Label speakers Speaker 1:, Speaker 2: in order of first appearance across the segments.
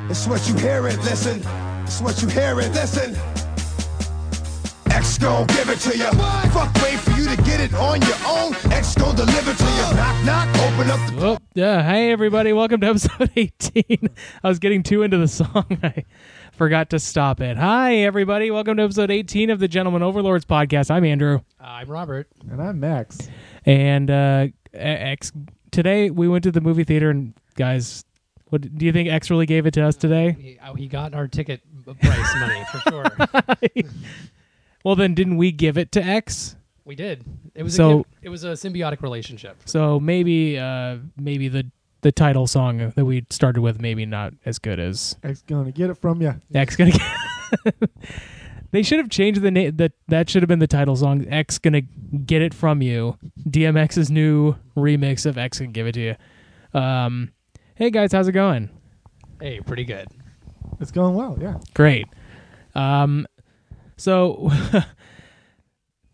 Speaker 1: It's what you hear it, listen. It's what you hear it, listen. X gon' give it to ya. Fuck wait for you to get it on your own. X gon' deliver to ya. Knock knock, open up the
Speaker 2: Oh, yeah. Hey, everybody. Welcome to episode 18. I was getting too into the song. I forgot to stop it. Hi, everybody. Welcome to episode 18 of the Gentleman Overlords podcast. I'm Andrew.
Speaker 3: I'm Robert.
Speaker 4: And I'm Max.
Speaker 2: And uh, X, today we went to the movie theater, and guys, what do you think X really gave it to us today?
Speaker 3: He, oh, he got our ticket price money for sure.
Speaker 2: Well, then, didn't we give it to X?
Speaker 3: We did. It was
Speaker 2: So-
Speaker 3: a, it was a symbiotic relationship.
Speaker 2: So maybe, uh, maybe the the title song that we started with maybe not as good as
Speaker 4: X gonna get it from you.
Speaker 2: X gonna. get- they should have changed the name. That that should have been the title song. X gonna get it from you. DMX's new remix of X can give it to you. Um, hey guys, how's it going?
Speaker 3: Hey, pretty good.
Speaker 4: It's going well, yeah.
Speaker 2: Great. Um, so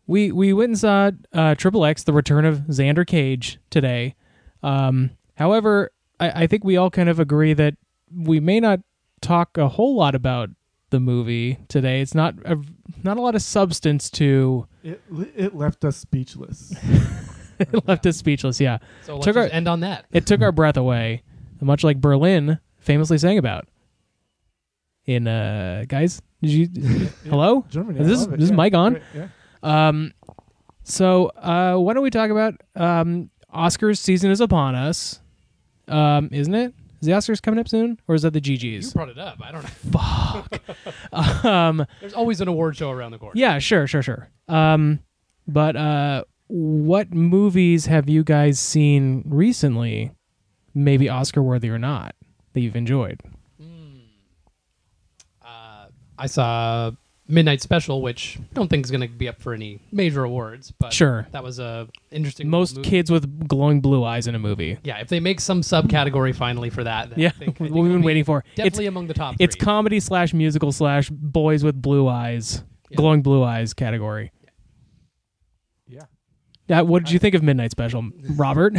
Speaker 2: we we went and saw uh, Triple X: The Return of Xander Cage today. Um, however, I, I think we all kind of agree that we may not talk a whole lot about the movie today. It's not a, not a lot of substance to.
Speaker 4: It it left us speechless.
Speaker 2: It left us speechless. Yeah,
Speaker 3: So let's
Speaker 2: Took
Speaker 3: just
Speaker 2: our-
Speaker 3: end on that.
Speaker 2: it took our breath away, much like Berlin famously sang about. In uh, guys, did you? hello.
Speaker 4: Germany.
Speaker 2: Is
Speaker 4: I
Speaker 2: this-
Speaker 4: love it.
Speaker 2: is this
Speaker 4: yeah.
Speaker 2: mic on?
Speaker 4: Great, Yeah.
Speaker 2: Um, so uh, why don't we talk about um, Oscars season is upon us, um, isn't it? Is the Oscars coming up soon, or is that the
Speaker 3: You
Speaker 2: GGs?
Speaker 3: brought it up. I don't know.
Speaker 2: Um,
Speaker 3: There's always an award show around the corner.
Speaker 2: yeah, sure, sure, sure. Um, but uh, what movies have you guys seen recently, maybe Oscar worthy or not, that you've enjoyed?
Speaker 3: I saw Midnight Special, which I don't think is going to be up for any major awards, but
Speaker 2: Sure.
Speaker 3: that was a interesting
Speaker 2: Most
Speaker 3: movie.
Speaker 2: kids with glowing blue eyes in a movie.
Speaker 3: Yeah, if they make some subcategory finally for that, then
Speaker 2: Yeah,
Speaker 3: I think, I think
Speaker 2: we've
Speaker 3: it'll
Speaker 2: been
Speaker 3: be
Speaker 2: waiting for. It's
Speaker 3: Definitely among the top.
Speaker 2: it's
Speaker 3: three.
Speaker 2: comedy slash musical slash boys with blue eyes,
Speaker 3: Yeah.
Speaker 2: glowing blue eyes category.
Speaker 4: Yeah.
Speaker 2: Uh, what did you think of Midnight Special, Robert?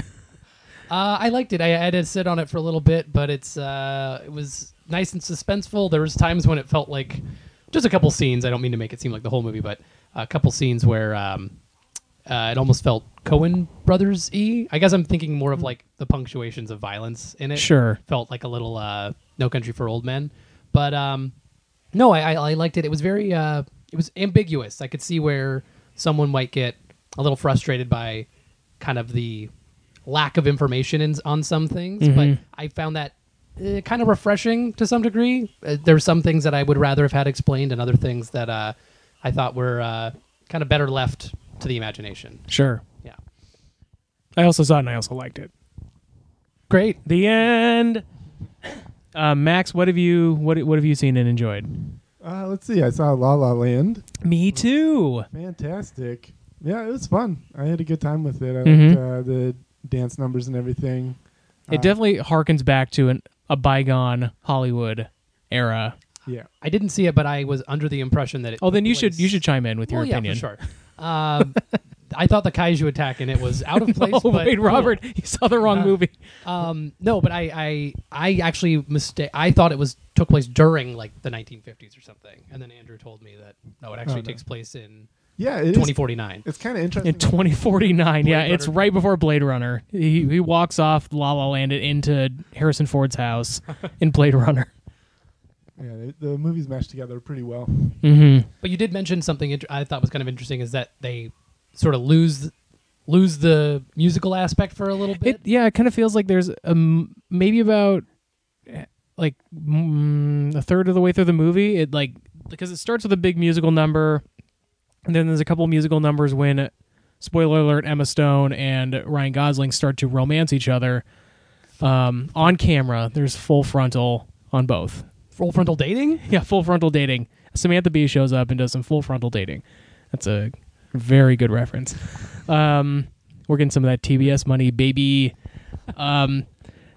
Speaker 3: Uh, I liked it. I, I had to sit on it for a little bit, but it's uh, it was nice and suspenseful. There was times when it felt like just a couple scenes. I don't mean to make it seem like the whole movie, but a couple scenes where um, uh, it almost felt Cohen Brothers e. I guess I'm thinking more of like the punctuations of violence in it.
Speaker 2: Sure.
Speaker 3: felt like a little uh, No Country for Old Men, but um, no, I, I, I liked it. It was very uh, it was ambiguous. I could see where someone might get a little frustrated by kind of the lack of information in, on some things, but
Speaker 2: Mm-hmm.
Speaker 3: I found that uh, kind of refreshing to some degree. Uh, there were some things that I would rather have had explained, and other things that uh, I thought were uh, kind of better left to the imagination.
Speaker 2: sure.
Speaker 3: Yeah,
Speaker 2: I also saw it and I also liked it.
Speaker 3: great.
Speaker 2: The end. Uh, Max, what have you what what have you seen and enjoyed?
Speaker 4: Uh, let's see. I saw La La Land.
Speaker 2: Me too.
Speaker 4: Fantastic. Yeah, it was fun. I had a good time with it. I
Speaker 2: Mhm.
Speaker 4: liked uh, the dance numbers and everything.
Speaker 2: It
Speaker 3: Uh,
Speaker 2: definitely harkens back to an, a bygone Hollywood era.
Speaker 4: Yeah.
Speaker 3: I didn't see it, but I was under the impression that it.
Speaker 2: Oh,
Speaker 3: took
Speaker 2: then you should you
Speaker 3: place-
Speaker 2: should chime in with your
Speaker 3: Well, yeah,
Speaker 2: opinion.
Speaker 3: for sure. Um, I thought the kaiju attack in it was out of place.
Speaker 2: oh
Speaker 3: but
Speaker 2: wait,
Speaker 3: cool.
Speaker 2: Robert, you saw the wrong
Speaker 3: Uh,
Speaker 2: movie.
Speaker 3: Um, no, but I, I, I actually mistake. I thought it was took place during like the 1950s or something, and then Andrew told me that Oh, no, it actually
Speaker 4: no.
Speaker 3: takes place in
Speaker 4: Yeah, it is-
Speaker 3: 2049.
Speaker 4: It's kind of interesting.
Speaker 2: In 2049, yeah,
Speaker 3: Blade
Speaker 2: it's
Speaker 3: Runner.
Speaker 2: right before Blade Runner. He he walks off La La Land and into Harrison Ford's house in Blade Runner.
Speaker 4: yeah, the, the movies mashed together pretty well.
Speaker 2: Mm-hmm.
Speaker 3: But you did mention something inter- I thought was kind of interesting is that they sort of lose lose the musical aspect for a little bit.
Speaker 2: It yeah, it kind of feels like there's um maybe about eh, like mm, a third of the way through the movie. It like because it starts with a big musical number, and then there's a couple musical numbers when spoiler alert Emma Stone and Ryan Gosling start to romance each other um, on camera. There's full frontal on both.
Speaker 3: Full frontal dating.
Speaker 2: Yeah, full frontal dating. Samantha Bee shows up and does some full frontal dating. That's a very good reference. Um, we're getting some of that TBS money, baby. Um,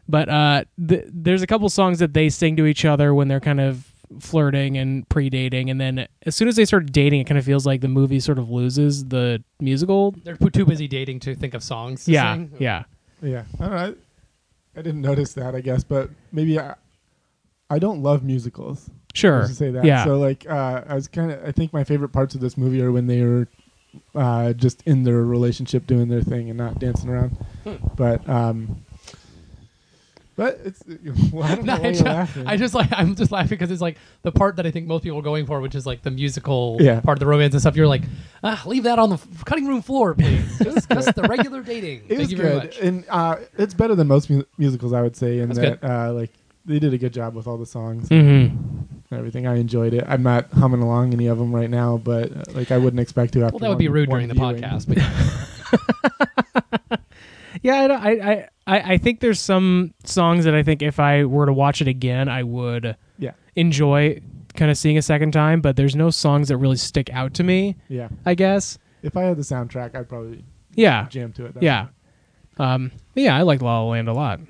Speaker 2: but uh, th- there's a couple songs that they sing to each other when they're kind of flirting and pre-dating, and then as soon as they start dating, it kind of feels like the movie sort of loses the musical.
Speaker 3: They're too busy dating to think of songs. To
Speaker 2: yeah,
Speaker 3: sing.
Speaker 2: yeah.
Speaker 4: Yeah, I don't know. I, I didn't notice that, I guess, but maybe I, I don't love musicals.
Speaker 2: Sure.
Speaker 4: Let's just say that.
Speaker 2: Yeah.
Speaker 4: So like, uh, I was kind of. I think my favorite parts of this movie are when they are uh, just in their relationship doing their thing and not dancing around.
Speaker 3: Hmm.
Speaker 4: But um, but it's. Well, I don't
Speaker 3: No,
Speaker 4: know why
Speaker 3: I,
Speaker 4: you're
Speaker 3: just,
Speaker 4: laughing.
Speaker 3: I just like I'm just laughing because it's like the part that I think most people are going for, which is like the musical
Speaker 4: Yeah.
Speaker 3: part of the romance and stuff. You're like, ah, leave that on the f- cutting room floor, please. just, just the regular dating.
Speaker 4: it
Speaker 3: Thank
Speaker 4: was
Speaker 3: you very
Speaker 4: good,
Speaker 3: much.
Speaker 4: and uh, it's better than most mu- musicals, I would say. In
Speaker 3: That's
Speaker 4: that,
Speaker 3: good. Hmm.
Speaker 4: uh, like, they did a good job with all the songs
Speaker 2: Mm-hmm.
Speaker 4: and everything. I enjoyed it. I'm not humming along any of them right now, but uh, like, I wouldn't expect to. After
Speaker 3: Well, that would be
Speaker 4: one-
Speaker 3: rude
Speaker 4: one
Speaker 3: during the
Speaker 4: viewing.
Speaker 3: podcast, but yeah.
Speaker 2: Yeah, I, don't- I, I- I, I think there's some songs that I think if I were to watch it again, I would
Speaker 4: Yeah,
Speaker 2: enjoy kind of seeing a second time. But there's no songs that really stick out to me.
Speaker 4: yeah.
Speaker 2: I guess.
Speaker 4: If I had the soundtrack, I'd probably
Speaker 2: Yeah,
Speaker 4: jam to it. That
Speaker 2: yeah, um, but yeah. I like La La Land a lot,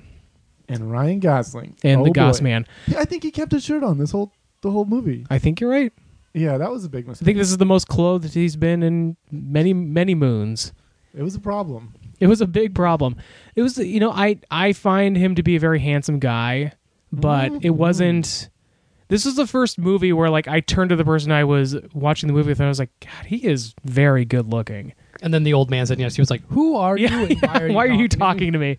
Speaker 4: and Ryan Gosling
Speaker 2: and
Speaker 4: Oh,
Speaker 2: The
Speaker 4: boy.
Speaker 2: Goss Man.
Speaker 4: Yeah, I think he kept his shirt on this whole the whole movie.
Speaker 2: I think you're right.
Speaker 4: Yeah, that was a big mistake.
Speaker 2: I think this is the most clothed he's been in many many moons.
Speaker 4: it was a problem.
Speaker 2: It was a big problem. It was you know I I find him to be a very handsome guy, but it
Speaker 4: Mm-hmm.
Speaker 2: wasn't. This was the first movie where like I turned to the person I was watching the movie with and I was like, God, he is very good looking.
Speaker 3: and then the old man said yes. He was like, Who are
Speaker 2: Yeah,
Speaker 3: you? and
Speaker 2: yeah, why are you talking to me?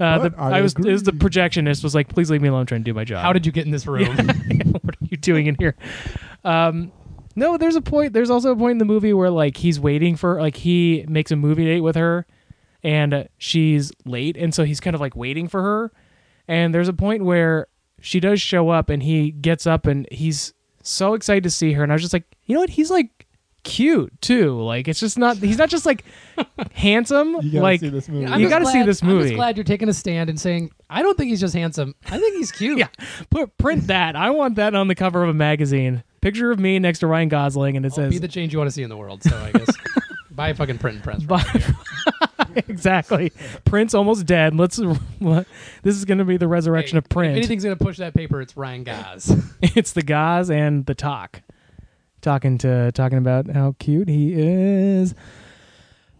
Speaker 2: Uh,
Speaker 4: But
Speaker 2: the,
Speaker 4: I
Speaker 2: I, was it was the
Speaker 4: agree.
Speaker 2: projectionist was like, please leave me alone, I'm trying to do my job.
Speaker 3: How did you get in this room?
Speaker 2: what are you doing in here? Um, no, there's a point. There's also a point in the movie where like he's waiting for like he makes a movie date with her, and uh, she's late, and so he's kind of like waiting for her. And there's a point where she does show up, and he gets up, and he's so excited to see her. And I was just like, you know what? He's like cute too. Like it's just not. He's not just like handsome.
Speaker 4: You gotta
Speaker 2: like
Speaker 4: see this movie.
Speaker 3: I'm
Speaker 2: you
Speaker 3: just
Speaker 2: gotta see
Speaker 3: glad-
Speaker 2: this
Speaker 3: I'm
Speaker 2: movie.
Speaker 3: just glad you're taking a stand and saying, I don't think he's just handsome. I think he's cute.
Speaker 2: yeah, put print that. I want that on the cover of a magazine. Picture of me next to Ryan Gosling, and it
Speaker 3: I'll
Speaker 2: says
Speaker 3: be the change you want to see in the world. So I guess buy a fucking print and press.
Speaker 2: Buy- exactly. Prince almost dead. Let's. What, this is going to be the resurrection
Speaker 3: Hey,
Speaker 2: of Prince.
Speaker 3: If anything's gonna push that paper, it's Ryan Gaz.
Speaker 2: it's the guys and the talk, talking to talking about how cute he is.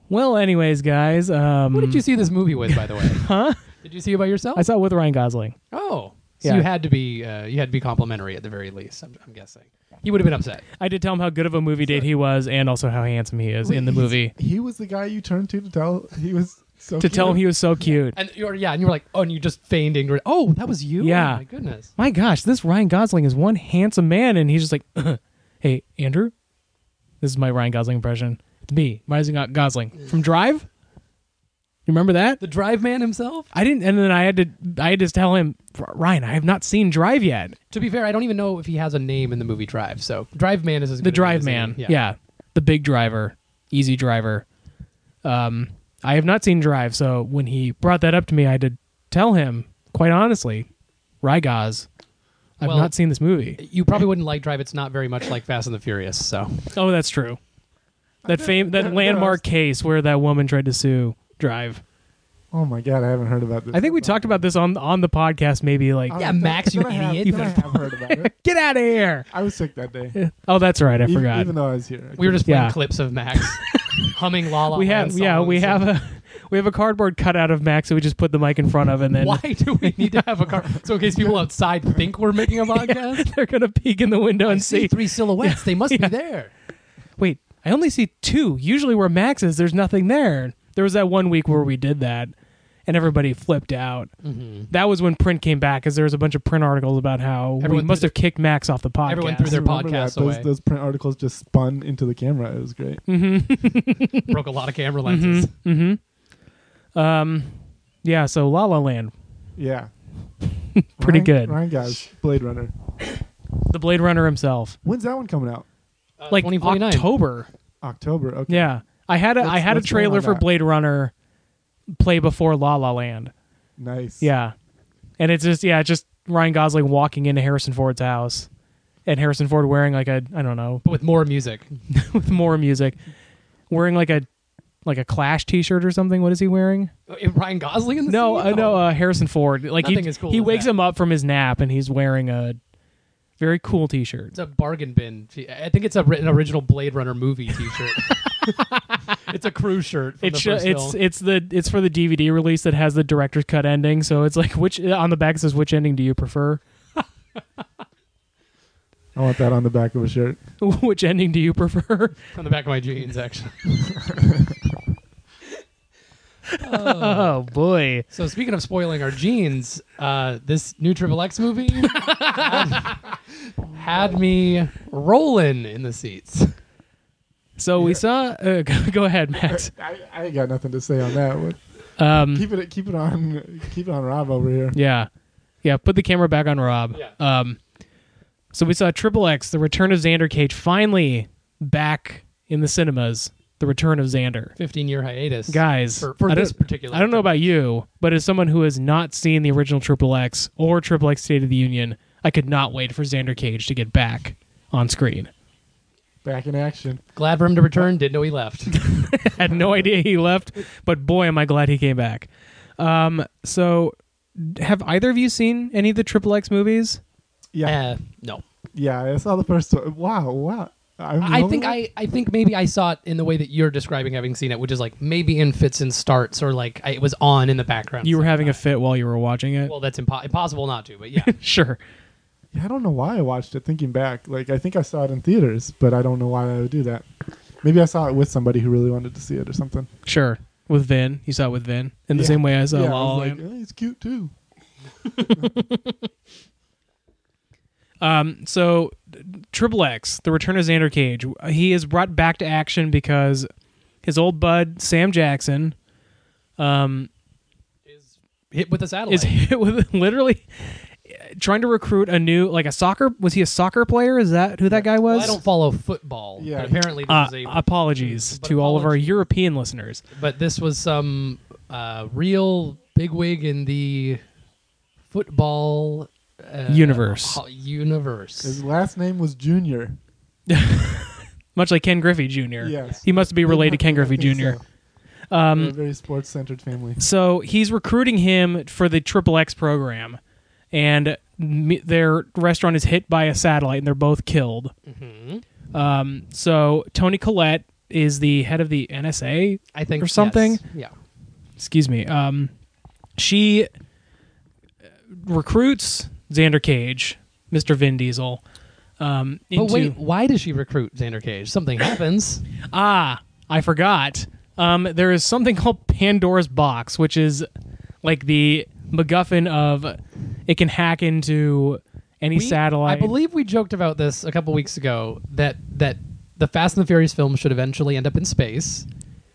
Speaker 2: Well, anyways, guys. Um,
Speaker 3: Who did you see this movie with, by the way? huh? Did you see it by yourself?
Speaker 2: I saw it with Ryan Gosling.
Speaker 3: oh, so
Speaker 2: Yeah.
Speaker 3: you had to be uh, you had to be complimentary at the very least. I'm, I'm guessing he would have been upset.
Speaker 2: I did tell him how good of a movie date he was, and also how handsome he is in the
Speaker 4: He's-
Speaker 2: movie.
Speaker 4: he was the guy you turned to to tell he was so
Speaker 2: To tell him
Speaker 4: cute.
Speaker 2: he was so cute.
Speaker 3: And you're yeah, and you were like, oh, and you just feigned ignorance. Oh, that was you.
Speaker 2: Yeah.
Speaker 3: Oh, my goodness.
Speaker 2: my gosh, this Ryan Gosling is one handsome man, and he's just like, uh, hey, Andrew, this is my Ryan Gosling impression. It's me, Ryan Go- Gosling from Drive. You remember that?
Speaker 3: The drive man himself.
Speaker 2: I didn't, and then I had to, I had to tell him, Ryan, I have not seen Drive yet.
Speaker 3: To be fair, I don't even know if he has a name in the movie Drive. So Drive Man is as
Speaker 2: The
Speaker 3: good
Speaker 2: Drive
Speaker 3: as any-
Speaker 2: Man, yeah. the big driver, easy driver. Um, I have not seen Drive, so when he brought that up to me, I had to tell him, quite honestly, Ryan Gos, I've
Speaker 3: Well-
Speaker 2: not seen this movie.
Speaker 3: You probably wouldn't like Drive. It's not very much like Fast and the Furious. So
Speaker 2: Oh, that's true. That fame, that
Speaker 4: that-
Speaker 2: landmark
Speaker 4: that
Speaker 2: case where that woman tried to sue Drive.
Speaker 4: Oh my god, I haven't heard about this.
Speaker 2: I think we talked about this on on the podcast. Maybe like,
Speaker 4: Oh,
Speaker 3: Yeah,
Speaker 4: then-
Speaker 3: Max, you
Speaker 4: then I have-
Speaker 3: idiot.
Speaker 4: then I have heard about it.
Speaker 2: get out of here.
Speaker 4: I was sick that day.
Speaker 2: Oh, that's right. I
Speaker 4: even,
Speaker 2: forgot.
Speaker 4: Even though I was here,
Speaker 3: we were just playing
Speaker 2: Yeah.
Speaker 3: clips of Max humming La La
Speaker 2: we
Speaker 3: Land
Speaker 2: have, yeah,
Speaker 3: songs
Speaker 2: we
Speaker 3: and-
Speaker 2: have a we have a cardboard cutout of Max that we just put the mic in front of, and then
Speaker 3: Why do we need to have a car? So in case people outside think we're making a podcast,
Speaker 2: they're gonna peek in the window
Speaker 3: I
Speaker 2: and
Speaker 3: see
Speaker 2: see.
Speaker 3: three silhouettes. They must be there.
Speaker 2: Wait, I only see two. Usually where Max is, there's nothing there. There was that one week where we did that, and everybody flipped out.
Speaker 3: Mm-hmm.
Speaker 2: That was when print came back, because there was a bunch of print articles about how
Speaker 3: Everyone
Speaker 2: we must
Speaker 3: threw
Speaker 2: have kicked Max off the podcast.
Speaker 3: Everyone threw their
Speaker 4: I remember
Speaker 3: podcasts
Speaker 4: that.
Speaker 3: away.
Speaker 4: Those, those print articles just spun into the camera. It was great.
Speaker 2: Hmm.
Speaker 3: Broke a lot of camera lenses.
Speaker 2: Yeah, so La La Land,
Speaker 4: Yeah,
Speaker 2: pretty
Speaker 4: Ryan-
Speaker 2: good.
Speaker 4: Ryan Gos, Blade Runner.
Speaker 2: The Blade Runner himself,
Speaker 4: When's that one coming out?
Speaker 3: Uh,
Speaker 2: like
Speaker 3: 2049.
Speaker 2: October.
Speaker 4: October. Okay.
Speaker 2: Yeah, I had a I
Speaker 4: What's-
Speaker 2: had a
Speaker 4: what's going
Speaker 2: trailer
Speaker 4: on
Speaker 2: for
Speaker 4: that?
Speaker 2: Blade Runner play before La La Land.
Speaker 4: Nice.
Speaker 2: Yeah, and it's just yeah, it's just Ryan Gosling walking into Harrison Ford's house, and Harrison Ford wearing like a I don't know
Speaker 3: but with more music.
Speaker 2: with more music, wearing like a like a Clash T-shirt or something. What is he wearing?
Speaker 3: Uh, Ryan Gosling in the
Speaker 2: No,
Speaker 3: scene?
Speaker 2: uh, no, uh, Harrison Ford. Like
Speaker 3: Nothing
Speaker 2: he
Speaker 3: is cool
Speaker 2: he
Speaker 3: as
Speaker 2: wakes
Speaker 3: that.
Speaker 2: him up from his nap and he's wearing a very cool T-shirt.
Speaker 3: It's a bargain bin. t- I think it's a, written original Blade Runner movie T-shirt. it's a crew shirt. From
Speaker 2: It
Speaker 3: the
Speaker 2: sh-
Speaker 3: first
Speaker 2: it's
Speaker 3: film.
Speaker 2: it's the it's for the DVD release that has the director's cut ending. So it's like which on the back it says which ending do you prefer?
Speaker 4: I want that on the back of a shirt.
Speaker 2: Which ending do you prefer?
Speaker 3: on the back of my jeans, actually.
Speaker 2: Oh boy.
Speaker 3: So speaking of spoiling our jeans, uh, this new Triple X movie had me rolling in the seats.
Speaker 2: So we saw. Uh, go, go ahead, Max.
Speaker 4: I, I ain't got nothing to say on that. one.
Speaker 3: Mm.
Speaker 2: Um,
Speaker 4: Keep it keep it on keep it on Rob over here.
Speaker 2: yeah, yeah. Put the camera back on Rob.
Speaker 3: Yeah.
Speaker 2: Um, so we saw Triple X, the return of Xander Cage, finally back in the cinemas. The return of Xander.
Speaker 3: Fifteen year hiatus,
Speaker 2: Guys,
Speaker 3: For, for
Speaker 2: I don't-
Speaker 3: this particular,
Speaker 2: I don't know about you, but as someone who has not seen the original Triple X or Triple X State of the Union, I could not wait for Xander Cage to get back on screen.
Speaker 4: Back in action.
Speaker 3: Glad for him to return. Didn't know he left.
Speaker 2: had no idea he left, but boy, am I glad he came back. Um, so, have either of you seen any of the Triple X movies?
Speaker 4: Yeah,
Speaker 3: uh, no,
Speaker 4: yeah. I saw the first one. Wow, wow. I'm the
Speaker 3: I
Speaker 4: only
Speaker 3: think
Speaker 4: one?
Speaker 3: I, I think maybe I saw it in the way that you're describing having seen it, which is like maybe in fits and starts or like I, it was on in the background.
Speaker 2: You were having a fit while you were watching it.
Speaker 3: well, that's impo- impossible not to, but yeah,
Speaker 2: sure.
Speaker 4: Yeah, I don't know why I watched it. Thinking back, like I think I saw it in theaters, but I don't know why I would do that. Maybe I saw it with somebody who really wanted to see it or something.
Speaker 2: Sure. With Vin, you saw it with Vin in the
Speaker 4: Yeah.
Speaker 2: same way I saw
Speaker 4: yeah,
Speaker 2: La La
Speaker 4: I was
Speaker 2: Land.
Speaker 4: like, "Eh, it's cute too.
Speaker 2: Um, so Triple X, the return of Xander Cage, he is brought back to action because his old bud Sam Jackson um,
Speaker 3: hit with a satellite.
Speaker 2: is hit with literally trying to recruit a new like a soccer was he a soccer player? Is that who that guy was?
Speaker 3: Well, I don't follow football.
Speaker 4: Yeah.
Speaker 3: but apparently this
Speaker 2: Uh,
Speaker 3: is a
Speaker 2: apologies
Speaker 3: but
Speaker 2: to all of our
Speaker 3: apologies.
Speaker 2: European listeners.
Speaker 3: but this was some uh, real bigwig in the football uh,
Speaker 2: Universe.
Speaker 3: ho- universe.
Speaker 4: His last name was Junior.
Speaker 2: Much like Ken Griffey Jr.
Speaker 4: Yes.
Speaker 2: He must be related to Ken
Speaker 4: I
Speaker 2: Griffey
Speaker 4: think
Speaker 2: Jr.
Speaker 4: so.
Speaker 3: Um,
Speaker 4: They're a very sports centered family.
Speaker 2: So he's recruiting him for the Triple X program, and m- their restaurant is hit by a satellite, and they're both killed.
Speaker 3: Mm-hmm.
Speaker 2: Um, so Tony Collette is the head of the NSA.
Speaker 3: I think
Speaker 2: or something?
Speaker 3: yes. Yeah.
Speaker 2: Excuse me. Um, she uh, recruits Xander Cage, Mr. Vin Diesel. Um, into,
Speaker 3: But wait, why does she recruit Xander Cage? Something happens.
Speaker 2: Ah, I forgot. Um, there is something called Pandora's Box, which is like the MacGuffin of it can hack into any
Speaker 3: We-
Speaker 2: satellite.
Speaker 3: I believe we joked about this a couple weeks ago that that the Fast and the Furious films should eventually end up in space.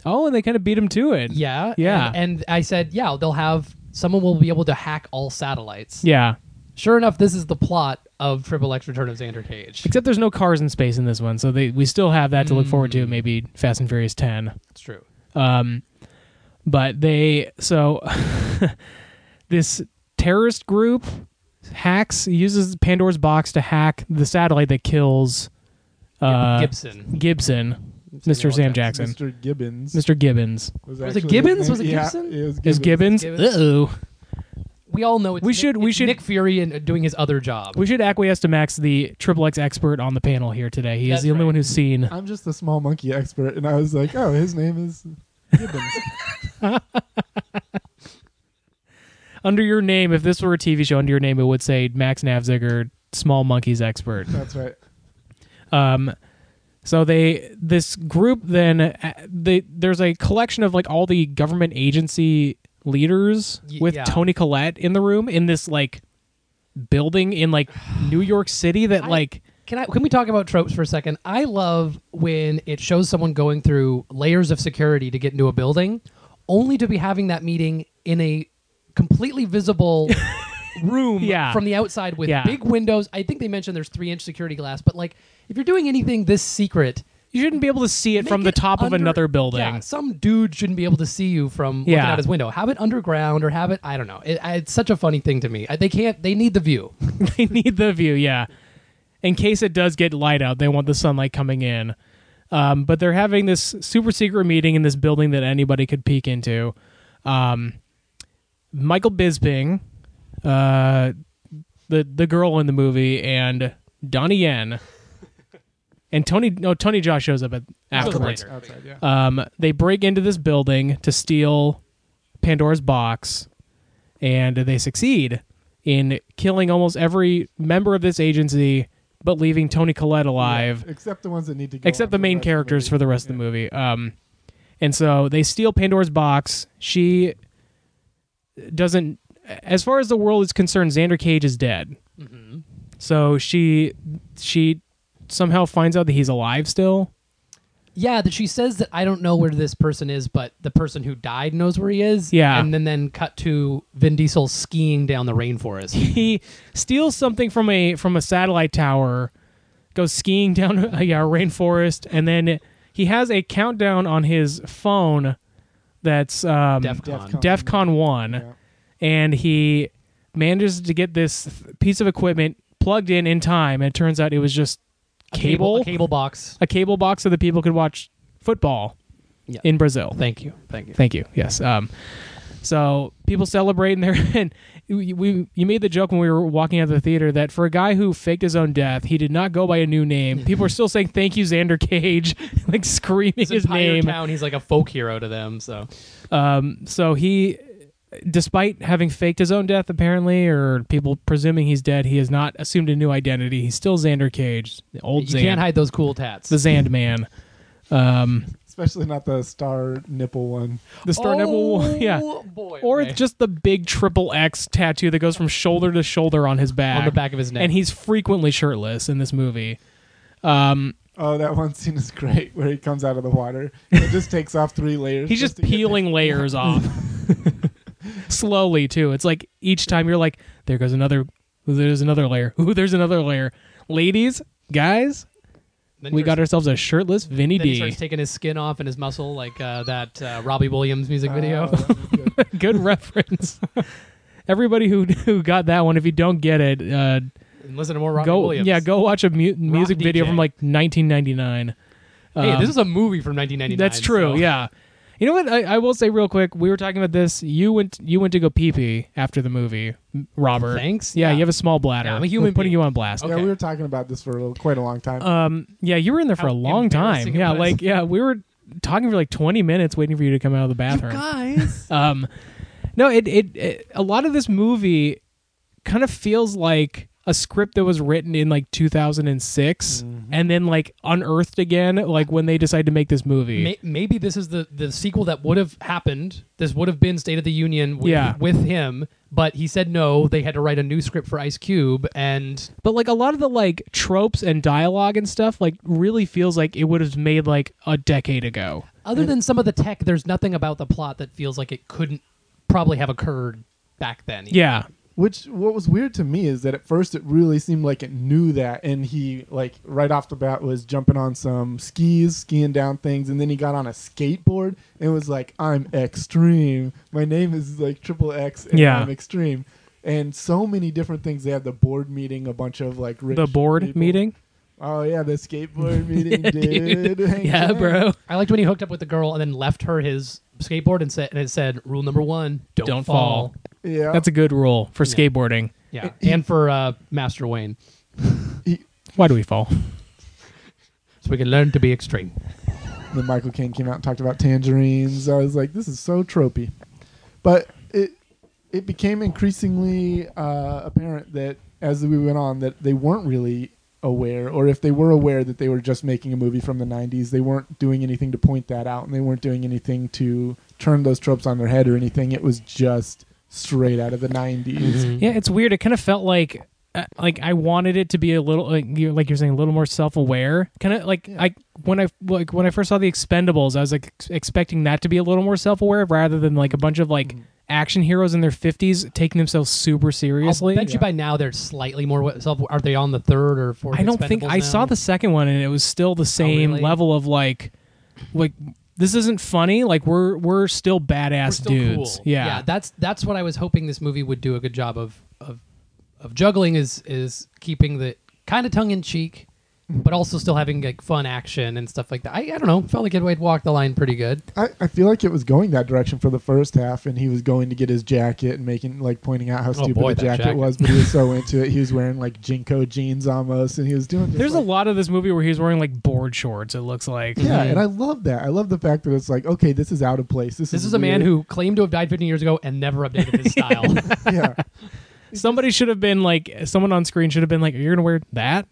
Speaker 2: Oh, and they kind of beat him to it.
Speaker 3: Yeah.
Speaker 2: Yeah.
Speaker 3: And, and I said, yeah, they'll have someone will be able to hack all satellites.
Speaker 2: Yeah.
Speaker 3: Sure enough, this is the plot of Triple X Return of Xander Cage.
Speaker 2: Except there's no cars in space in this one, so they, we still have that to look forward
Speaker 3: Mm.
Speaker 2: to. Maybe Fast and Furious Ten.
Speaker 3: It's true.
Speaker 2: Um, but they so this terrorist group hacks uses Pandora's box to hack the satellite that kills uh,
Speaker 3: Gibson.
Speaker 2: Gibson, Mr.
Speaker 3: Samuel
Speaker 2: Sam
Speaker 3: Jackson.
Speaker 2: Jackson,
Speaker 4: Mr. Gibbons.
Speaker 2: Mr. Gibbons.
Speaker 3: Was it
Speaker 4: actually
Speaker 3: Gibbons?
Speaker 4: his name.
Speaker 3: Was it
Speaker 4: Yeah,
Speaker 3: Gibson?
Speaker 4: it was
Speaker 2: Is Gibbons?
Speaker 3: Gibbons.
Speaker 2: Ooh.
Speaker 3: We all know it's
Speaker 2: We
Speaker 3: Nick,
Speaker 2: should- we
Speaker 3: it's
Speaker 2: should-
Speaker 3: Nick Fury and uh, doing his other job.
Speaker 2: We should acquiesce to Max, the triple X expert on the panel here today. He is
Speaker 3: That's
Speaker 2: the only
Speaker 3: right.
Speaker 2: one who's seen.
Speaker 4: I'm just a small monkey expert, and I was like, oh, his name is Gibbons.
Speaker 2: Under your name, if this were a TV show, under your name, it would say Max Navziger, small monkeys expert.
Speaker 4: That's right.
Speaker 2: Um, so they this group then uh, they there's a collection of like all the government agency leaders
Speaker 3: Y-
Speaker 2: with
Speaker 3: yeah.
Speaker 2: Tony Collette in the room in this like building in like New York City that
Speaker 3: I-
Speaker 2: like
Speaker 3: Can I? Can we talk about tropes for a second? I love when it shows someone going through layers of security to get into a building, only to be having that meeting in a completely visible room
Speaker 2: Yeah.
Speaker 3: from the outside with
Speaker 2: Yeah.
Speaker 3: big windows. I think they mentioned there's three inch security glass, but like if you're doing anything this secret.
Speaker 2: you shouldn't be able to see it from the
Speaker 3: make it
Speaker 2: top of
Speaker 3: under-
Speaker 2: another building.
Speaker 3: Yeah, some dude shouldn't be able to see you from looking
Speaker 2: Yeah.
Speaker 3: out his window. Have it underground or have it, I don't know. It, I- it's such a funny thing to me. I, they can't, they need the view.
Speaker 2: they need the view, yeah. In case it does get light out, they want the sunlight coming in. Um, but they're having this super secret meeting in this building that anybody could peek into. Um, Michael Bisping, uh, the the girl in the movie, and Donnie Yen, and Tony no Tony Josh shows up at, afterwards.
Speaker 3: later.
Speaker 4: Outside, yeah.
Speaker 2: Um, they break into this building to steal Pandora's box, and they succeed. in killing almost every member of this agency, but leaving Tony Collette alive,
Speaker 4: Except the ones that need to go. on
Speaker 2: except the
Speaker 4: for
Speaker 2: main
Speaker 4: rest of
Speaker 2: characters
Speaker 4: movie.
Speaker 2: for the rest of the movie. Um, and so they steal Pandora's box. She doesn't, as far as the world is concerned, Xander Cage is dead. So she she somehow finds out that he's alive still.
Speaker 3: Yeah, that she says that I don't know where this person is, but the person who died knows where he is.
Speaker 2: Yeah.
Speaker 3: and then then cut to Vin Diesel skiing down the rainforest.
Speaker 2: he steals something from a from a satellite tower, goes skiing down a, yeah, a rainforest, and then he has a countdown on his phone that's um,
Speaker 3: Defcon.
Speaker 4: Defcon.
Speaker 2: DEFCON one,
Speaker 4: Yeah.
Speaker 2: and he manages to get this th- piece of equipment plugged in in time. And it turns out it was just
Speaker 3: A cable,
Speaker 2: cable,
Speaker 3: a cable box.
Speaker 2: a cable box so that people could watch football
Speaker 3: Yeah.
Speaker 2: in Brazil.
Speaker 3: Thank you, thank you.
Speaker 2: Thank you. Yes. Um, so people celebrating there, and we, we you made the joke when we were walking out of the theater that for a guy who faked his own death, he did not go by a new name. People are still saying "Thank you, Xander Cage," like screaming
Speaker 3: This
Speaker 2: his
Speaker 3: entire
Speaker 2: name.
Speaker 3: town, he's like a folk hero to them. So
Speaker 2: Um, so he, despite having faked his own death apparently, or people presuming he's dead, he has not assumed a new identity. He's still Xander Cage, the old
Speaker 3: you can't
Speaker 2: Xand,
Speaker 3: hide those cool tats.
Speaker 2: the Xand man. Um,
Speaker 4: Especially not the star nipple one.
Speaker 2: the Star Nipple, yeah.
Speaker 3: boy.
Speaker 2: Or
Speaker 3: Oh, okay.
Speaker 2: just the big triple X tattoo that goes from shoulder to shoulder on his back.
Speaker 3: On the back of his neck.
Speaker 2: And he's frequently shirtless in this movie.
Speaker 4: Oh, that one scene is great where he comes out of the water. It just takes off three layers.
Speaker 2: He's just
Speaker 4: to get
Speaker 2: peeling layers off. Slowly too. It's like each time you're like, there goes another there's another layer. Ooh, there's another layer. Ladies, guys,
Speaker 3: Then he
Speaker 2: we got
Speaker 3: starts-
Speaker 2: ourselves a shirtless Vinny
Speaker 3: Then he
Speaker 2: D.
Speaker 3: starts taking his skin off and his muscle, like uh, that uh, Robbie Williams music
Speaker 4: that-
Speaker 3: video.
Speaker 2: Uh,
Speaker 4: Oh, that was good.
Speaker 2: Good reference. Everybody who who got that one, if you don't get it, uh,
Speaker 3: and listen to more Robbie
Speaker 2: go
Speaker 3: Williams.
Speaker 2: yeah, go watch a mu- music
Speaker 3: DJ.
Speaker 2: video from like 1999.
Speaker 3: Hey,
Speaker 2: Um,
Speaker 3: this is a movie from 1999.
Speaker 2: That's true.
Speaker 3: so-
Speaker 2: Yeah. You know what? I, I will say real quick. We were talking about this. You went. You went to go pee pee after the movie, M- Robert.
Speaker 3: Thanks.
Speaker 2: Yeah,
Speaker 3: Yeah.
Speaker 2: You have a small bladder.
Speaker 3: Yeah, I'm a human
Speaker 2: We're putting you
Speaker 3: being.
Speaker 2: on blast.
Speaker 4: Yeah,
Speaker 3: Okay.
Speaker 4: we were talking about this for a little, quite a long time.
Speaker 2: Um. Yeah. You were in there for
Speaker 3: How
Speaker 2: a long time.
Speaker 3: embarrassing it
Speaker 2: Yeah.
Speaker 3: was.
Speaker 2: Like. Yeah. We were talking for like 20 minutes waiting for you to come out of the bathroom.
Speaker 3: Guys,
Speaker 2: Um, no, it, it it a lot of this movie kind of feels like a script that was written in like 2006
Speaker 3: Mm-hmm.
Speaker 2: and then like unearthed again, like when they decided to make this movie.
Speaker 3: may- maybe this is the the sequel that would have happened. This would have been State of the Union with,
Speaker 2: Yeah.
Speaker 3: with him, but he said no. They had to write a new script for Ice Cube, and
Speaker 2: But like a lot of the like tropes and dialogue and stuff, like really feels like it would have made like a decade ago.
Speaker 3: other than some of the tech, there's nothing about the plot that feels like it couldn't probably have occurred back then.
Speaker 2: Yeah,
Speaker 4: Which what was weird to me is that at first it really seemed like it knew that, and he like right off the bat was jumping on some skis, skiing down things, and then he got on a skateboard and was like, "I'm extreme. My name is like triple X, and
Speaker 2: Yeah.
Speaker 4: I'm extreme." And so many different things. They had the board meeting, a bunch of like rich
Speaker 2: the board
Speaker 4: people.
Speaker 2: meeting.
Speaker 4: Oh yeah, the skateboard meeting, dude. Hang
Speaker 2: yeah,
Speaker 4: tight.
Speaker 2: bro.
Speaker 3: I liked when he hooked up with the girl and then left her his skateboard and said, and it said, rule number one, don't,
Speaker 2: Don't
Speaker 3: fall.
Speaker 2: fall.
Speaker 4: Yeah,
Speaker 2: That's a good rule for skateboarding.
Speaker 3: Oh. Yeah, and for uh, Master Wayne,
Speaker 2: Why do we fall?
Speaker 3: Mm-hmm. so we can learn to be extreme.
Speaker 4: then Michael Caine came out and talked about tangerines. I was like, this is so tropey. But it it became increasingly uh, apparent that as we went on that they weren't really aware, or if they were aware that they were just making a movie from the '90s, they weren't doing anything to point that out, and they weren't doing anything to turn those tropes on their head or anything. It was just straight out of the '90s.
Speaker 2: Yeah, it's weird. It kind of felt like uh, like I wanted it to be a little like you're, like you're saying a little more self-aware. Kind of like I when I like when I first saw the Expendables, I was like ex- expecting that to be a little more self-aware rather than like a bunch of like action heroes in their 50s taking themselves super seriously.
Speaker 3: Mm-hmm. I'll bet you by now they're slightly more self. Are they on the third or fourth?
Speaker 2: I don't think
Speaker 3: Expendables
Speaker 2: I saw
Speaker 3: now? Oh,
Speaker 2: the second one and it was still the same
Speaker 3: really?
Speaker 2: level of like like this isn't funny. Like we're we're still badass
Speaker 3: We're still
Speaker 2: dudes.
Speaker 3: cool.
Speaker 2: Yeah.
Speaker 3: That's that's what I was hoping this movie would do a good job of of of juggling is is keeping the kind of tongue in cheek, but also still having like fun action and stuff like that. I, I don't know. Felt like it would walk the line pretty good.
Speaker 4: I, I feel like it was going that direction for the first half, and he was going to get his jacket and making like pointing out how stupid
Speaker 3: Oh, boy,
Speaker 4: the
Speaker 3: that
Speaker 4: jacket,
Speaker 3: jacket.
Speaker 4: was, but he was so into it. He was wearing like jinko jeans almost, and he was doing. This,
Speaker 2: There's
Speaker 4: like,
Speaker 2: a lot of this movie where he's wearing like board shorts. It looks like
Speaker 4: yeah,
Speaker 3: Mhm.
Speaker 4: and I love that. I love the fact that it's like, okay, this is out of place. This,
Speaker 3: This is a man
Speaker 4: weird.
Speaker 3: who claimed to have died 15 years ago and never updated his style.
Speaker 4: yeah,
Speaker 2: Somebody should have been like, someone on screen should have been like, "You're gonna wear that."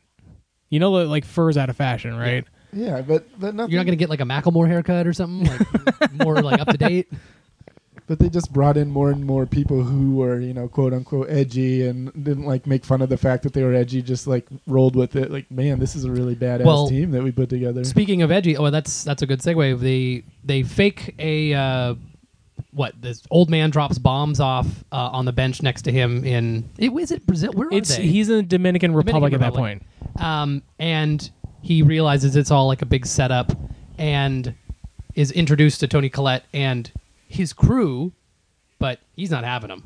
Speaker 2: You know, that, like fur's out of fashion, right?
Speaker 4: Yeah, but but nothing.
Speaker 3: You're not gonna get like a Macklemore haircut or something, like more like up to date.
Speaker 4: But they just brought in more and more people who were, you know, quote unquote edgy and didn't like make fun of the fact that they were edgy. Just like rolled with it. Like, man, this is a really badass
Speaker 3: Well,
Speaker 4: team that we put together.
Speaker 3: Speaking of edgy, oh, that's that's a good segue. They they fake a uh, what? This old man drops bombs off uh, on the bench next to him in it was it Brazil? Where
Speaker 2: It's
Speaker 3: are they?
Speaker 2: he's in the Dominican Republic
Speaker 3: Dominican
Speaker 2: at
Speaker 3: Republic.
Speaker 2: that point.
Speaker 3: um, and he realizes it's all like a big setup, and is introduced to Tony Collette and his crew, but he's not having them.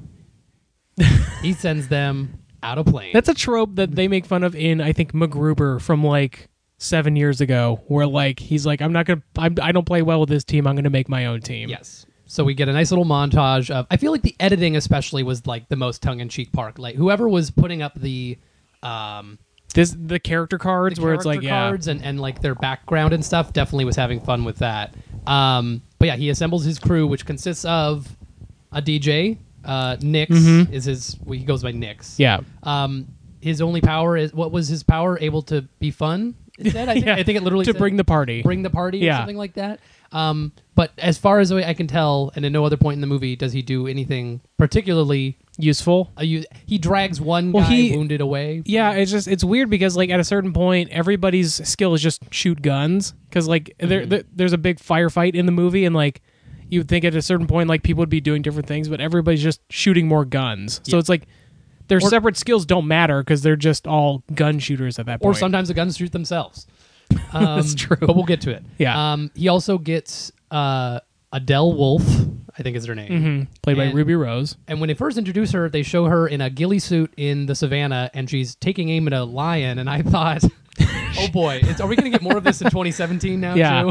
Speaker 3: he sends them out of plane.
Speaker 2: That's a trope that they make fun of in I think MacGruber from like seven years ago, where like he's like, "I'm not gonna, I'm, I don't play well with this team. I'm gonna make my own team."
Speaker 3: Yes. So we get a nice little montage of. I feel like the editing, especially, was like the most tongue in cheek part. Like whoever was putting up the, um,
Speaker 2: This the character cards
Speaker 3: the
Speaker 2: where it's like,
Speaker 3: character cards
Speaker 2: yeah,
Speaker 3: and, and like their background and stuff, definitely was having fun with that. Um, but yeah, he assembles his crew, which consists of a DJ. Uh, Nix
Speaker 2: Mhm.
Speaker 3: is his. Well, he goes by Nix.
Speaker 2: yeah.
Speaker 3: Um, his only power is what was his power? Able to be fun. It said. I think,
Speaker 2: Yeah,
Speaker 3: I think it literally
Speaker 2: to
Speaker 3: said-
Speaker 2: bring the party.
Speaker 3: bring the party or
Speaker 2: Yeah.
Speaker 3: something like that. Um, but as far as I can tell, and at no other point in the movie does he do anything particularly.
Speaker 2: useful.
Speaker 3: Uh, you, he drags one
Speaker 2: Well,
Speaker 3: guy
Speaker 2: he-
Speaker 3: wounded away.
Speaker 2: Yeah, it's just it's weird because like at a certain point, everybody's skill is just shoot guns because like
Speaker 3: Mm-hmm.
Speaker 2: there, there there's a big firefight in the movie and like you would think at a certain point like people would be doing different things, but everybody's just shooting more guns. So
Speaker 3: Yeah.
Speaker 2: it's like their
Speaker 3: Or-
Speaker 2: separate skills don't matter because they're just all gun shooters at that
Speaker 3: or
Speaker 2: point.
Speaker 3: sometimes the guns shoot themselves. Um,
Speaker 2: That's true.
Speaker 3: But we'll get to it.
Speaker 2: Yeah.
Speaker 3: Um, he also gets uh, Adele Wolf, I think is her name.
Speaker 2: Mhm. played by
Speaker 3: And-
Speaker 2: Ruby Rose.
Speaker 3: And when they first introduce her, they show her in a ghillie suit in the savannah, and she's taking aim at a lion. And I thought, oh boy, it's, are we going to get more of this in 2017 now?
Speaker 2: Yeah.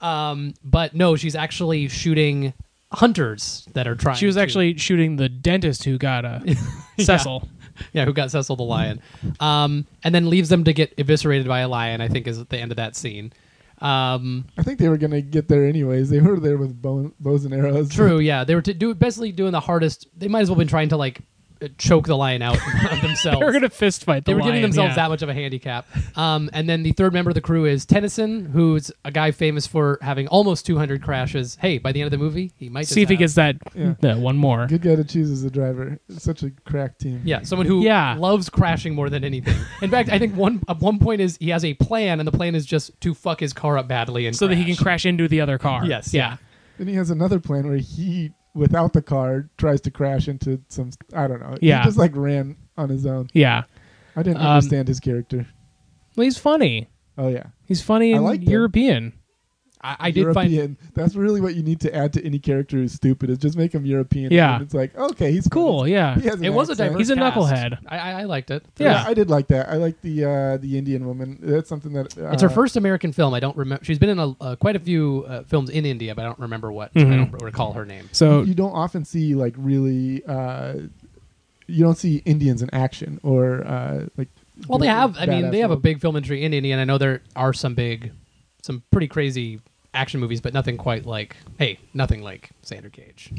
Speaker 3: too? Um, but no, she's actually shooting hunters that are trying.
Speaker 2: She was
Speaker 3: to-
Speaker 2: actually shooting the dentist who got a Cecil.
Speaker 3: yeah, who got Cecil the lion, um, and then leaves them to get eviscerated by a lion. I think is at the end of that scene. Um,
Speaker 4: I think they were gonna get there anyways. They were there with bow, bows and arrows.
Speaker 3: True. Yeah, they were to do basically doing the hardest. They might as well been trying to like choke the lion out of themselves.
Speaker 2: They were gonna fist fight. The
Speaker 3: they were
Speaker 2: lion,
Speaker 3: giving themselves
Speaker 2: yeah.
Speaker 3: that much of a handicap. Um, and then the third member of the crew is Tennyson, who's a guy famous for having almost 200 crashes. Hey, by the end of the movie, he might just
Speaker 2: See if he
Speaker 3: have-
Speaker 2: gets that
Speaker 4: Yeah.
Speaker 2: that one more.
Speaker 4: Good guy to choose as a driver. It's such a crack team.
Speaker 3: Yeah, someone who
Speaker 2: Yeah.
Speaker 3: loves crashing more than anything. In fact, I think one at one point is he has a plan, and the plan is just to fuck his car up badly and
Speaker 2: so that he can crash into the other car.
Speaker 3: Yes,
Speaker 2: Yeah.
Speaker 3: yeah.
Speaker 4: Then he has another plan where he, without the car, tries to crash into some. I don't know.
Speaker 2: Yeah.
Speaker 4: He just like ran on his own.
Speaker 2: Yeah.
Speaker 4: I didn't
Speaker 2: Um,
Speaker 4: understand his character.
Speaker 2: Well, he's funny.
Speaker 4: Oh yeah,
Speaker 2: He's funny
Speaker 4: I
Speaker 2: and
Speaker 4: like that.
Speaker 2: European.
Speaker 3: I, I did find
Speaker 4: European. That's really what you need to add to any character who's stupid is just make him European.
Speaker 2: Yeah.
Speaker 4: and it's like okay, he's
Speaker 2: Cool. Yeah.
Speaker 4: He has an
Speaker 3: it was a
Speaker 4: accent.
Speaker 3: diverse.
Speaker 2: He's a
Speaker 3: cast.
Speaker 2: knucklehead.
Speaker 3: I, I, I liked it.
Speaker 2: Yeah.
Speaker 4: I did like that. I like the uh, the Indian woman. That's something that uh,
Speaker 3: It's her first American film. I don't remember. She's been in a, uh, quite a few uh, films in India, but I don't remember what. I
Speaker 2: Mhm.
Speaker 3: don't recall her name.
Speaker 2: So
Speaker 4: You don't often see like really. Uh, you don't see Indians in action or uh, like.
Speaker 3: Well, they
Speaker 4: bad-
Speaker 3: have. I mean,
Speaker 4: badass
Speaker 3: they have a
Speaker 4: roles.
Speaker 3: big film industry in India, and I know there are some big, some pretty crazy action movies, but nothing quite like. Hey, nothing like Sandra Cage.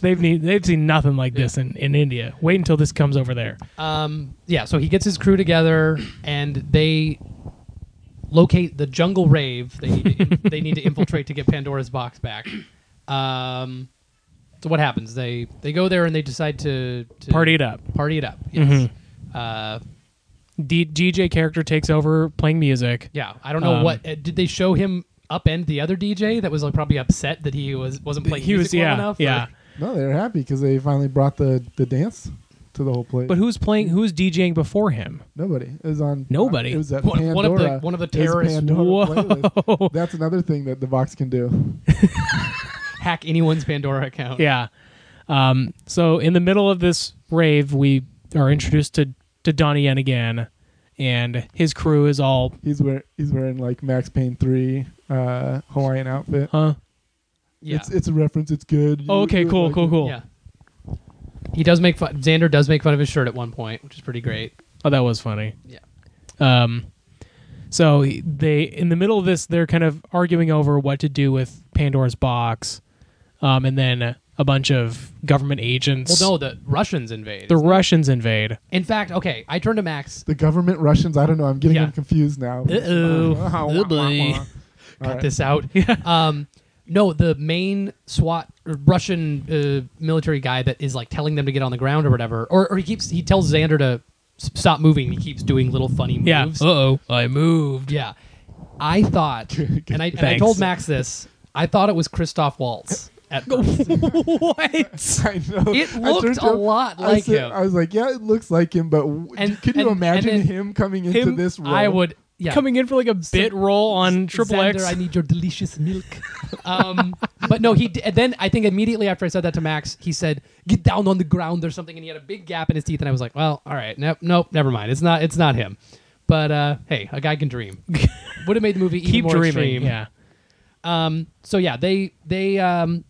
Speaker 2: they've need, they've seen nothing like this in, in India. Wait until this comes over there.
Speaker 3: Um, yeah. So he gets his crew together, and they locate the jungle rave. They need to, they need to infiltrate to get Pandora's box back. Um, so what happens? They they go there and they decide to, to
Speaker 2: Party it up.
Speaker 3: Party it up. Yes.
Speaker 2: Mhm.
Speaker 3: Uh,
Speaker 2: D, DJ character takes over playing music.
Speaker 3: yeah. I don't know
Speaker 2: Um,
Speaker 3: what uh, did they show him upend the other DJ that was like probably upset that he was wasn't playing
Speaker 2: he was
Speaker 3: music well
Speaker 2: yeah
Speaker 3: enough. or-
Speaker 2: yeah.
Speaker 4: No, they were happy because they finally brought the the dance to the whole place.
Speaker 2: But who's playing? Who's DJing before him?
Speaker 4: Nobody. It was on.
Speaker 2: Nobody.
Speaker 4: It was that
Speaker 3: One-
Speaker 4: Pandora.
Speaker 3: one of the- one of the
Speaker 4: It was
Speaker 3: terrorists.
Speaker 4: Pandora
Speaker 2: Whoa.
Speaker 4: playlist. That's another thing that the box can do.
Speaker 3: hack anyone's Pandora account.
Speaker 2: Yeah. Um, so in the middle of this rave, we are introduced to to Donnie Yen again, and his crew is all
Speaker 4: He's wearing he's wearing like Max Payne three uh, Hawaiian outfit.
Speaker 2: huh.
Speaker 3: Yeah.
Speaker 4: It's it's a reference. It's good. You-
Speaker 2: Oh, okay,
Speaker 4: you would
Speaker 2: cool,
Speaker 4: like
Speaker 2: cool,
Speaker 4: it.
Speaker 2: cool.
Speaker 3: Yeah. He does make fun. Xander does make fun of his shirt at one point, which is pretty great.
Speaker 2: Oh, that was funny.
Speaker 3: Yeah.
Speaker 2: Um, so he- they, in the middle of this, they're kind of arguing over what to do with Pandora's box, um, and then a bunch of government agents.
Speaker 3: Well, no, the Russians invade.
Speaker 2: the Russians invade.
Speaker 3: in fact, okay, I turned to Max.
Speaker 4: The government Russians. I don't know. I'm getting
Speaker 3: Yeah.
Speaker 4: them confused now.
Speaker 3: Uh-oh.
Speaker 4: Wah, wah,
Speaker 3: Oh, boy.
Speaker 4: wah, wah.
Speaker 3: Cut
Speaker 4: right.
Speaker 3: this out. Um, no, the main SWAT or Russian uh, military guy that is like telling them to get on the ground or whatever, or, or he keeps he tells Xander to s- stop moving. He keeps doing little funny
Speaker 2: Yeah.
Speaker 3: moves.
Speaker 2: Uh oh. I moved.
Speaker 3: Yeah. I thought, and I, and I
Speaker 2: Thanks.
Speaker 3: told Max this, I thought it was Christoph Waltz. At first.
Speaker 2: what?
Speaker 4: I know.
Speaker 3: It
Speaker 4: I
Speaker 3: looked
Speaker 4: turned to
Speaker 3: a
Speaker 4: him.
Speaker 3: lot
Speaker 4: I
Speaker 3: like
Speaker 4: said-
Speaker 3: him.
Speaker 4: I was like, yeah, it looks like him, but w-
Speaker 3: And-
Speaker 4: could
Speaker 3: and-
Speaker 4: you
Speaker 3: and
Speaker 4: imagine
Speaker 3: then
Speaker 4: him coming into
Speaker 2: him,
Speaker 4: this role?
Speaker 3: I would, yeah.
Speaker 2: Coming in for like a bit roll on Triple
Speaker 3: Xander,
Speaker 2: X.
Speaker 3: I need your delicious milk. um, but no, he d- and then I think immediately after I said that to Max, he said, "Get down on the ground" or something, and he had a big gap in his teeth, and I was like, "Well, all right, nope, nope, never mind. It's not, it's not him." But uh, hey, a guy can dream. Would have made the movie even
Speaker 2: Keep
Speaker 3: more
Speaker 2: dreaming.
Speaker 3: extreme.
Speaker 2: Yeah.
Speaker 3: Um, so yeah, they they um,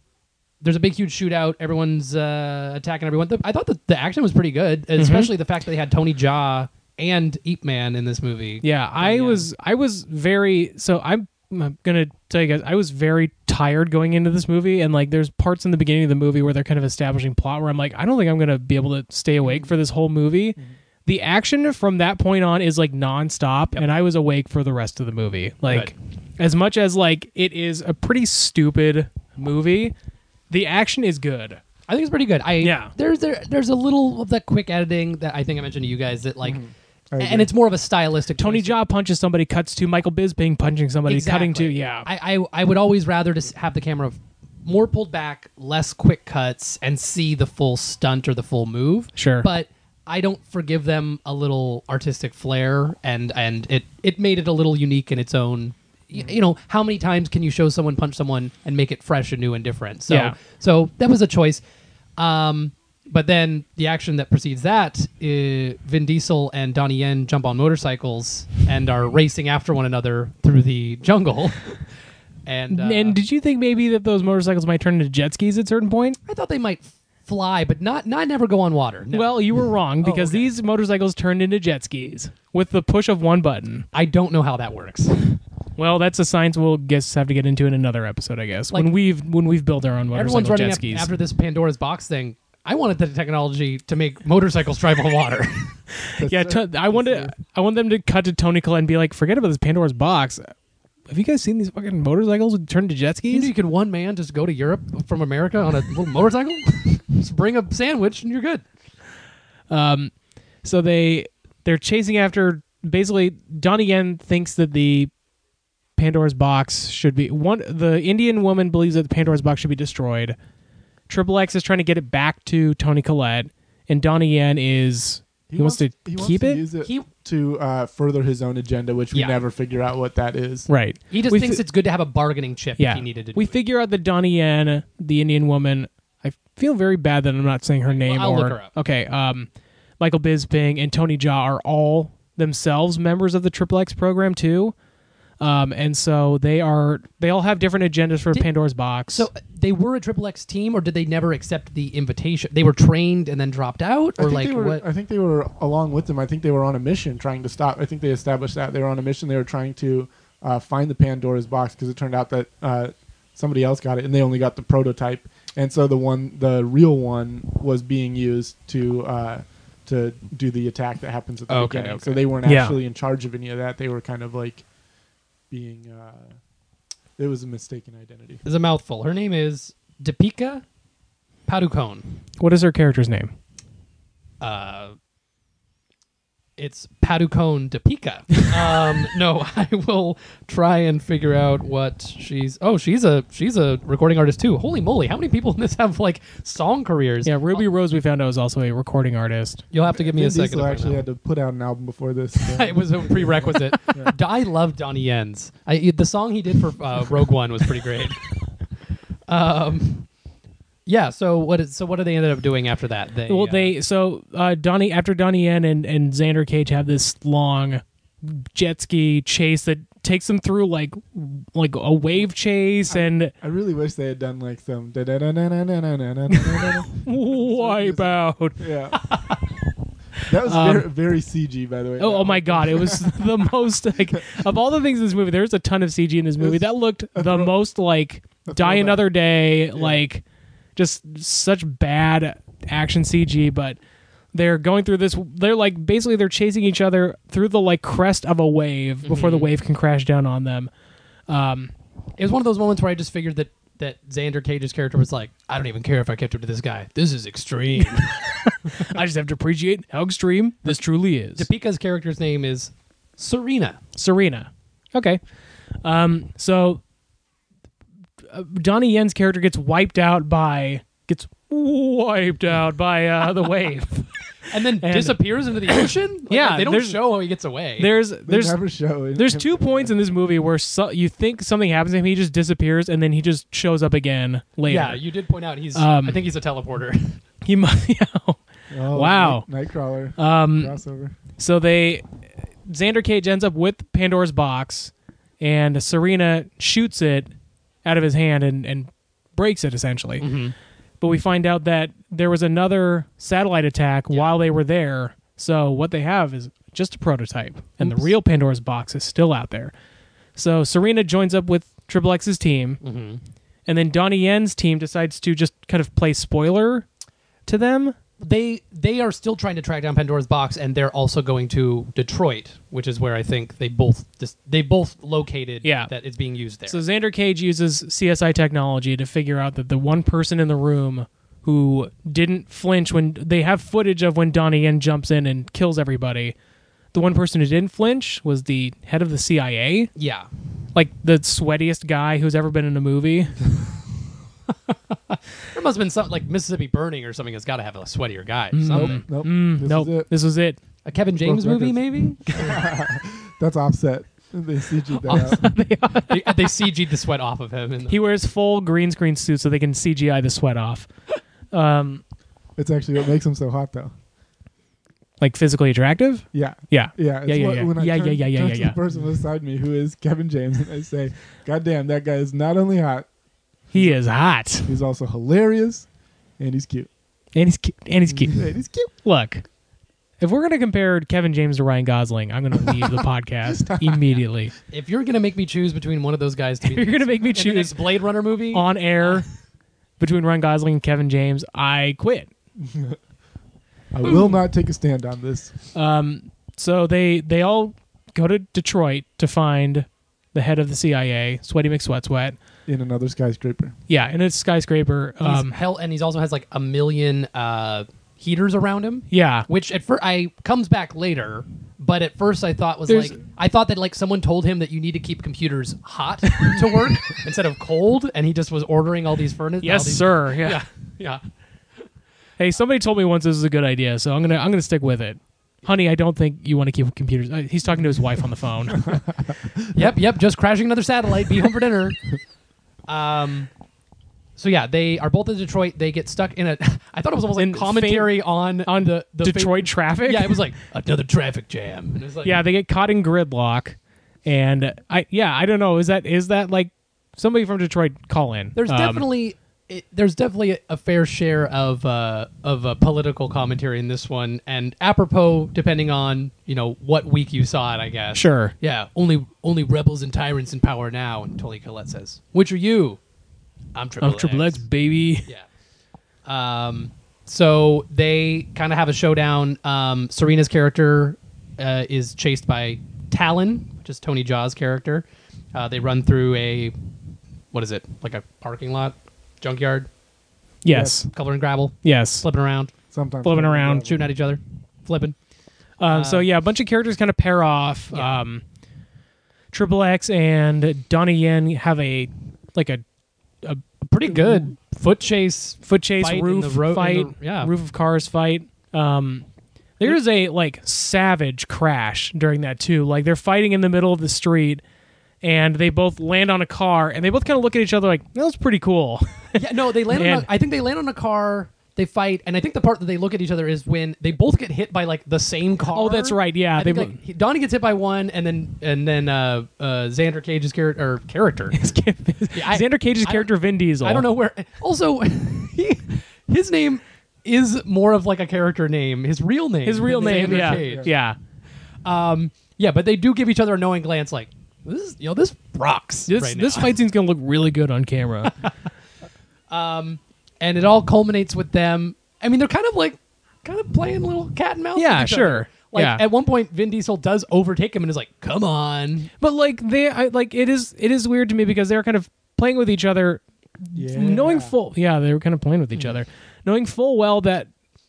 Speaker 3: there's a big huge shootout. Everyone's uh, attacking everyone. The, I thought that the action was pretty good,
Speaker 2: Mm-hmm.
Speaker 3: especially the fact that they had Tony Jaa and Eep Man in this movie.
Speaker 2: Yeah, I
Speaker 3: Yeah.
Speaker 2: was I was very so I'm, I'm gonna tell you guys I was very tired going into this movie and like there's parts in the beginning of the movie where they're kind of establishing plot where I'm like I don't think I'm gonna be able to stay
Speaker 3: Mm-hmm.
Speaker 2: awake for this whole movie. The action from that point on is like nonstop, and I was awake for the rest of the movie. Like as much as like it is a pretty stupid movie, the action is good.
Speaker 3: I think it's pretty good. I
Speaker 2: Yeah.
Speaker 3: There's there, there's a little of that quick editing that I think I mentioned to you guys that like,
Speaker 4: I agree.
Speaker 3: and it's more of a stylistic.
Speaker 2: Mm-hmm. Tony
Speaker 3: choice.
Speaker 2: Jaa punches somebody, cuts to Michael Bisping punching somebody, cutting to
Speaker 3: Exactly.
Speaker 2: yeah.
Speaker 3: I, I I would always rather just have the camera more pulled back, less quick cuts, and see the full stunt or the full move.
Speaker 2: Sure.
Speaker 3: but I don't forgive them a little artistic flair, and and it it made it a little unique in its own. You, you know, how many times can you show someone punch someone and make it fresh and new and different? So
Speaker 2: Yeah.
Speaker 3: so that was a choice. Um, but then the action that precedes that, uh, Vin Diesel and Donnie Yen jump on motorcycles and are racing after one another through the jungle. and uh,
Speaker 2: and did you think maybe that those motorcycles might turn into jet skis at certain point?
Speaker 3: I thought they might fly, but not not never go on water. No. Oh,
Speaker 2: Well, you were wrong because
Speaker 3: okay.
Speaker 2: these motorcycles turned into jet skis with the push of one button.
Speaker 3: I don't know how that works.
Speaker 2: Well, that's a science we'll guess have to get into in another episode, I guess. when
Speaker 3: Like-
Speaker 2: we've when we've built our own
Speaker 3: Everyone's
Speaker 2: motorcycle
Speaker 3: running
Speaker 2: jet
Speaker 3: af-
Speaker 2: skis.
Speaker 3: after this Pandora's box thing. I wanted the technology to make motorcycles drive on water.
Speaker 2: yeah, to, I want to I want them to cut to Tony Collette and be like, forget about this Pandora's box. Have you guys seen these fucking motorcycles turn to jet
Speaker 3: you
Speaker 2: skis?
Speaker 3: know, you can one man just go to Europe from America on a little motorcycle, just bring a sandwich, and you're good.
Speaker 2: Um, so they they're chasing after basically Donnie Yen thinks that the Pandora's box should be one. The Indian woman believes that the Pandora's box should be destroyed. Triple X is trying to get it back to Tony Collette, and Donnie Yen is he, wants, to
Speaker 4: he wants
Speaker 2: keep
Speaker 4: to
Speaker 2: it.
Speaker 4: Use it
Speaker 3: He-
Speaker 4: to uh, further his own agenda, which we
Speaker 3: Yeah.
Speaker 4: never figure out what that is.
Speaker 2: Right.
Speaker 3: He just
Speaker 2: We
Speaker 3: thinks
Speaker 2: fi-
Speaker 3: it's good to have a bargaining chip
Speaker 2: yeah.
Speaker 3: if he needed to.
Speaker 2: we
Speaker 3: do it.
Speaker 2: figure out that Donnie Yen, the Indian woman. I feel very bad that I'm not saying her name.
Speaker 3: I'll
Speaker 2: or
Speaker 3: look her up.
Speaker 2: okay. Um, Michael Bisping and Tony Jaa are all themselves members of the Triple X program too. Um, and so they are. They all have different agendas for Pandora's box.
Speaker 3: So uh, they were a triple X team, or did they never accept the invitation? They were trained and then dropped out,
Speaker 4: I
Speaker 3: or
Speaker 4: think,
Speaker 3: like
Speaker 4: they were,
Speaker 3: what?
Speaker 4: I think they were along with them. I think they were on a mission trying to stop. I think they established that they were on a mission. They were trying to uh, find the Pandora's box because it turned out that uh, somebody else got it and they only got the prototype. And so the one, the real one, was being used to uh, to do the attack that happens at the
Speaker 3: Okay,
Speaker 4: beginning.
Speaker 3: okay.
Speaker 4: So they weren't
Speaker 2: Yeah.
Speaker 4: actually in charge of any of that. They were kind of like being. Uh, it was a mistaken identity.
Speaker 3: It's a mouthful. Her name is Deepika Padukone.
Speaker 2: what is her character's name?
Speaker 3: Uh, it's Padukone Deepika. um, no, I will try and figure out what she's. Oh, she's a she's a recording artist too. Holy moly! How many people in this have like song careers?
Speaker 2: Yeah, Ruby Rose. We found out is also a recording artist.
Speaker 3: You'll have to give me
Speaker 4: Vin
Speaker 3: a second.
Speaker 4: Diesel
Speaker 3: to find
Speaker 4: actually
Speaker 3: out.
Speaker 4: had to put out an album before this.
Speaker 3: it was a prerequisite. I love Donnie Yen's. I, the song he did for uh, Rogue One was pretty great. um, yeah. So what? Is, so what do they ended up doing after that? They,
Speaker 2: Well,
Speaker 3: uh,
Speaker 2: they so uh, Donnie after Donnie Yen and and Xander Cage have this long jet ski chase that takes them through like like a wave chase and
Speaker 4: I really wish they had done like some da da da da da da da da da.
Speaker 2: wipe out.
Speaker 4: Yeah. That was
Speaker 2: Um,
Speaker 4: very, very CG, by the way.
Speaker 2: Oh,
Speaker 4: That
Speaker 2: oh my
Speaker 4: one.
Speaker 2: god, it was the most like of all the things in this movie. There's a ton of CG in this movie that looked the most like Die
Speaker 4: throwback.
Speaker 2: Another Day like Just such bad action CG, but they're going through this. They're like basically they're chasing each other through the like crest of a wave before the wave can crash down on them. Um,
Speaker 3: It was one of those moments where I just figured that that Xander Cage's character was like, I don't even care if I kept up to this guy. This is extreme.
Speaker 2: I just have to appreciate how extreme this truly is.
Speaker 3: Topeka's character's name is Serena.
Speaker 2: Serena. Okay. Um, so uh, Donnie Yen's character gets wiped out by gets wiped out by uh, the wave.
Speaker 3: And then disappears into the ocean? Like,
Speaker 2: Yeah,
Speaker 3: They don't
Speaker 2: there's-
Speaker 3: show how he gets away.
Speaker 2: There's
Speaker 4: They
Speaker 2: there's
Speaker 4: never show. it.
Speaker 2: there's two points in this movie where so, you think something happens to him, he just disappears, and then he just shows up again later.
Speaker 3: yeah, you did point out he's
Speaker 2: Um,
Speaker 3: I think he's a teleporter.
Speaker 2: he must. Yeah.
Speaker 4: Oh,
Speaker 2: Wow.
Speaker 4: Night, Nightcrawler
Speaker 2: Um,
Speaker 4: crossover.
Speaker 2: So they Xander Cage ends up with Pandora's box and Serena shoots it out of his hand and, and breaks it essentially. But we find out that there was another satellite attack while they were there. So what they have is just a prototype and the real Pandora's box is still out there. So Serena joins up with Triple X's team and then Donnie Yen's team decides to just kind of play spoiler to them.
Speaker 3: they they are still trying to track down Pandora's box, and they're also going to Detroit, which is where I think they both dis- they both located
Speaker 2: Yeah.
Speaker 3: that it's being used there.
Speaker 2: So Xander Cage uses CSI technology to figure out that the one person in the room who didn't flinch when they have footage of when Donnie Yen jumps in and kills everybody. The one person who didn't flinch was the head of the CIA,
Speaker 3: yeah,
Speaker 2: like the sweatiest guy who's ever been in a movie.
Speaker 3: there must have been something like Mississippi Burning or something. It's got to have a sweatier guy. or
Speaker 4: Nope.
Speaker 3: Something.
Speaker 4: Nope.
Speaker 2: Mm,
Speaker 4: this
Speaker 2: nope,
Speaker 4: is it.
Speaker 2: this was it.
Speaker 3: A Kevin James
Speaker 4: Broke
Speaker 3: movie,
Speaker 4: records.
Speaker 3: maybe?
Speaker 4: That's offset. They CG that out.
Speaker 3: they, they CG'd the sweat off of him. And
Speaker 2: He wears full green screen suit so they can CGI the sweat off, Um,
Speaker 4: It's actually what makes him so hot, though.
Speaker 2: like physically attractive.
Speaker 4: Yeah.
Speaker 2: Yeah,
Speaker 4: Yeah, it's
Speaker 2: yeah, yeah,
Speaker 4: what-
Speaker 2: yeah,
Speaker 4: when I
Speaker 2: yeah,
Speaker 4: turn,
Speaker 2: yeah, yeah, yeah,
Speaker 4: turn
Speaker 2: yeah,
Speaker 4: to
Speaker 2: yeah.
Speaker 4: the person beside me who is Kevin James, and I say, "God damn, that guy is not only hot,
Speaker 2: He is hot,
Speaker 4: he's also hilarious, and he's cute.
Speaker 2: and he's cu- and he's cute.
Speaker 4: And he's cute."
Speaker 2: look, if we're gonna compare Kevin James to Ryan Gosling, I'm gonna leave the podcast immediately.
Speaker 3: if you're gonna make me choose between one of those guys to be
Speaker 2: You're gonna make me
Speaker 3: in the next
Speaker 2: choose
Speaker 3: Blade Runner movie,
Speaker 2: on air between Ryan Gosling and Kevin James. I quit.
Speaker 4: I will not take a stand on this.
Speaker 2: Um, so they they all go to Detroit to find the head of the CIA, Sweaty McSweat Sweat.
Speaker 4: In another skyscraper,
Speaker 2: Yeah, and it's skyscraper.
Speaker 3: he's
Speaker 2: Um,
Speaker 3: hell, and he's also has like a million uh, heaters around him.
Speaker 2: yeah,
Speaker 3: which at first I comes back later, but at first I thought was
Speaker 2: There's-
Speaker 3: like I thought that like someone told him that you need to keep computers hot to work instead of cold, and he just was ordering all these furnaces.
Speaker 2: yes, sir. Yeah.
Speaker 3: Yeah, yeah.
Speaker 2: Hey, somebody told me once this is a good idea, so I'm gonna I'm gonna stick with it. Honey, I don't think you want to keep computers. Uh, he's talking to his wife on the phone.
Speaker 3: Yep, yep. Just crashing another satellite. Be home for dinner. Um. So yeah, they are both in Detroit. They get stuck in a. I thought it was almost like
Speaker 2: In
Speaker 3: commentary on
Speaker 2: on
Speaker 3: the, the
Speaker 2: Detroit traffic.
Speaker 3: fa- yeah, it was like another traffic jam. And it was like,
Speaker 2: yeah they get caught in gridlock and i yeah i don't know is that is that like somebody from detroit call in
Speaker 3: There's
Speaker 2: Um,
Speaker 3: definitely it, there's definitely a, a fair share of uh, of uh, political commentary in this one, and apropos depending on you know what week you saw it, I guess.
Speaker 2: sure
Speaker 3: Yeah, only only rebels and tyrants in power now. And Tony Collette says, "Which are you?" I'm triple.
Speaker 2: i'm Oh, triple x baby
Speaker 3: Yeah. Um. So they kind of have a showdown. Um, Serena's character uh, is chased by Talon, which is Tony Jaa's character. Uh, they run through a what is it? Like a parking lot, junkyard,
Speaker 2: yes
Speaker 3: covered in gravel,
Speaker 2: yes
Speaker 3: flipping around,
Speaker 4: sometimes
Speaker 2: Flipping around,
Speaker 3: shooting at each other, flipping.
Speaker 2: um, so yeah a bunch of characters kind of pair off
Speaker 3: Yeah.
Speaker 2: um triple x and donnie yen have a like a
Speaker 3: Pretty good foot chase.
Speaker 2: foot chase
Speaker 3: Fight in
Speaker 2: roof
Speaker 3: the ro- in
Speaker 2: fight
Speaker 3: the- yeah.
Speaker 2: roof of cars fight um there is a like savage crash during that too like they're fighting in the middle of the street and they both land on a car and they both kind of look at each other like that was pretty cool
Speaker 3: Yeah, no, they land. on
Speaker 2: Man.
Speaker 3: a, I think they land on a car. They fight, and I think the part that they look at each other is when they both get hit by like the same car.
Speaker 2: Oh, that's right, yeah,
Speaker 3: they
Speaker 2: they
Speaker 3: think,
Speaker 2: bo-
Speaker 3: like, he- Donnie gets hit by one, and then and then uh, uh, Xander Cage's character or character. I-
Speaker 2: Xander Cage's
Speaker 3: I
Speaker 2: character Vin Diesel
Speaker 3: I don't know where. Also, he, his name is more of like a character name. His real name.
Speaker 2: his real
Speaker 3: than
Speaker 2: name
Speaker 3: Xander
Speaker 2: yeah
Speaker 3: Cage.
Speaker 2: yeah
Speaker 3: Um. Yeah, but they do give each other a knowing glance, like this. Is, you know, this rocks.
Speaker 2: this
Speaker 3: right now.
Speaker 2: this fight scene's gonna look really good on camera
Speaker 3: and it all culminates with them. I mean, they're kind of like kind of playing little cat and mouse. with
Speaker 2: Yeah,
Speaker 3: each other.
Speaker 2: sure.
Speaker 3: Like
Speaker 2: Yeah.
Speaker 3: at one point, Vin Diesel does overtake him and is like, "Come on."
Speaker 2: But like they, I, like it is, it is weird to me because they're kind of playing with each other,
Speaker 4: Yeah.
Speaker 2: knowing full, yeah, they were kind of playing with
Speaker 3: Hmm.
Speaker 2: each other, knowing full well that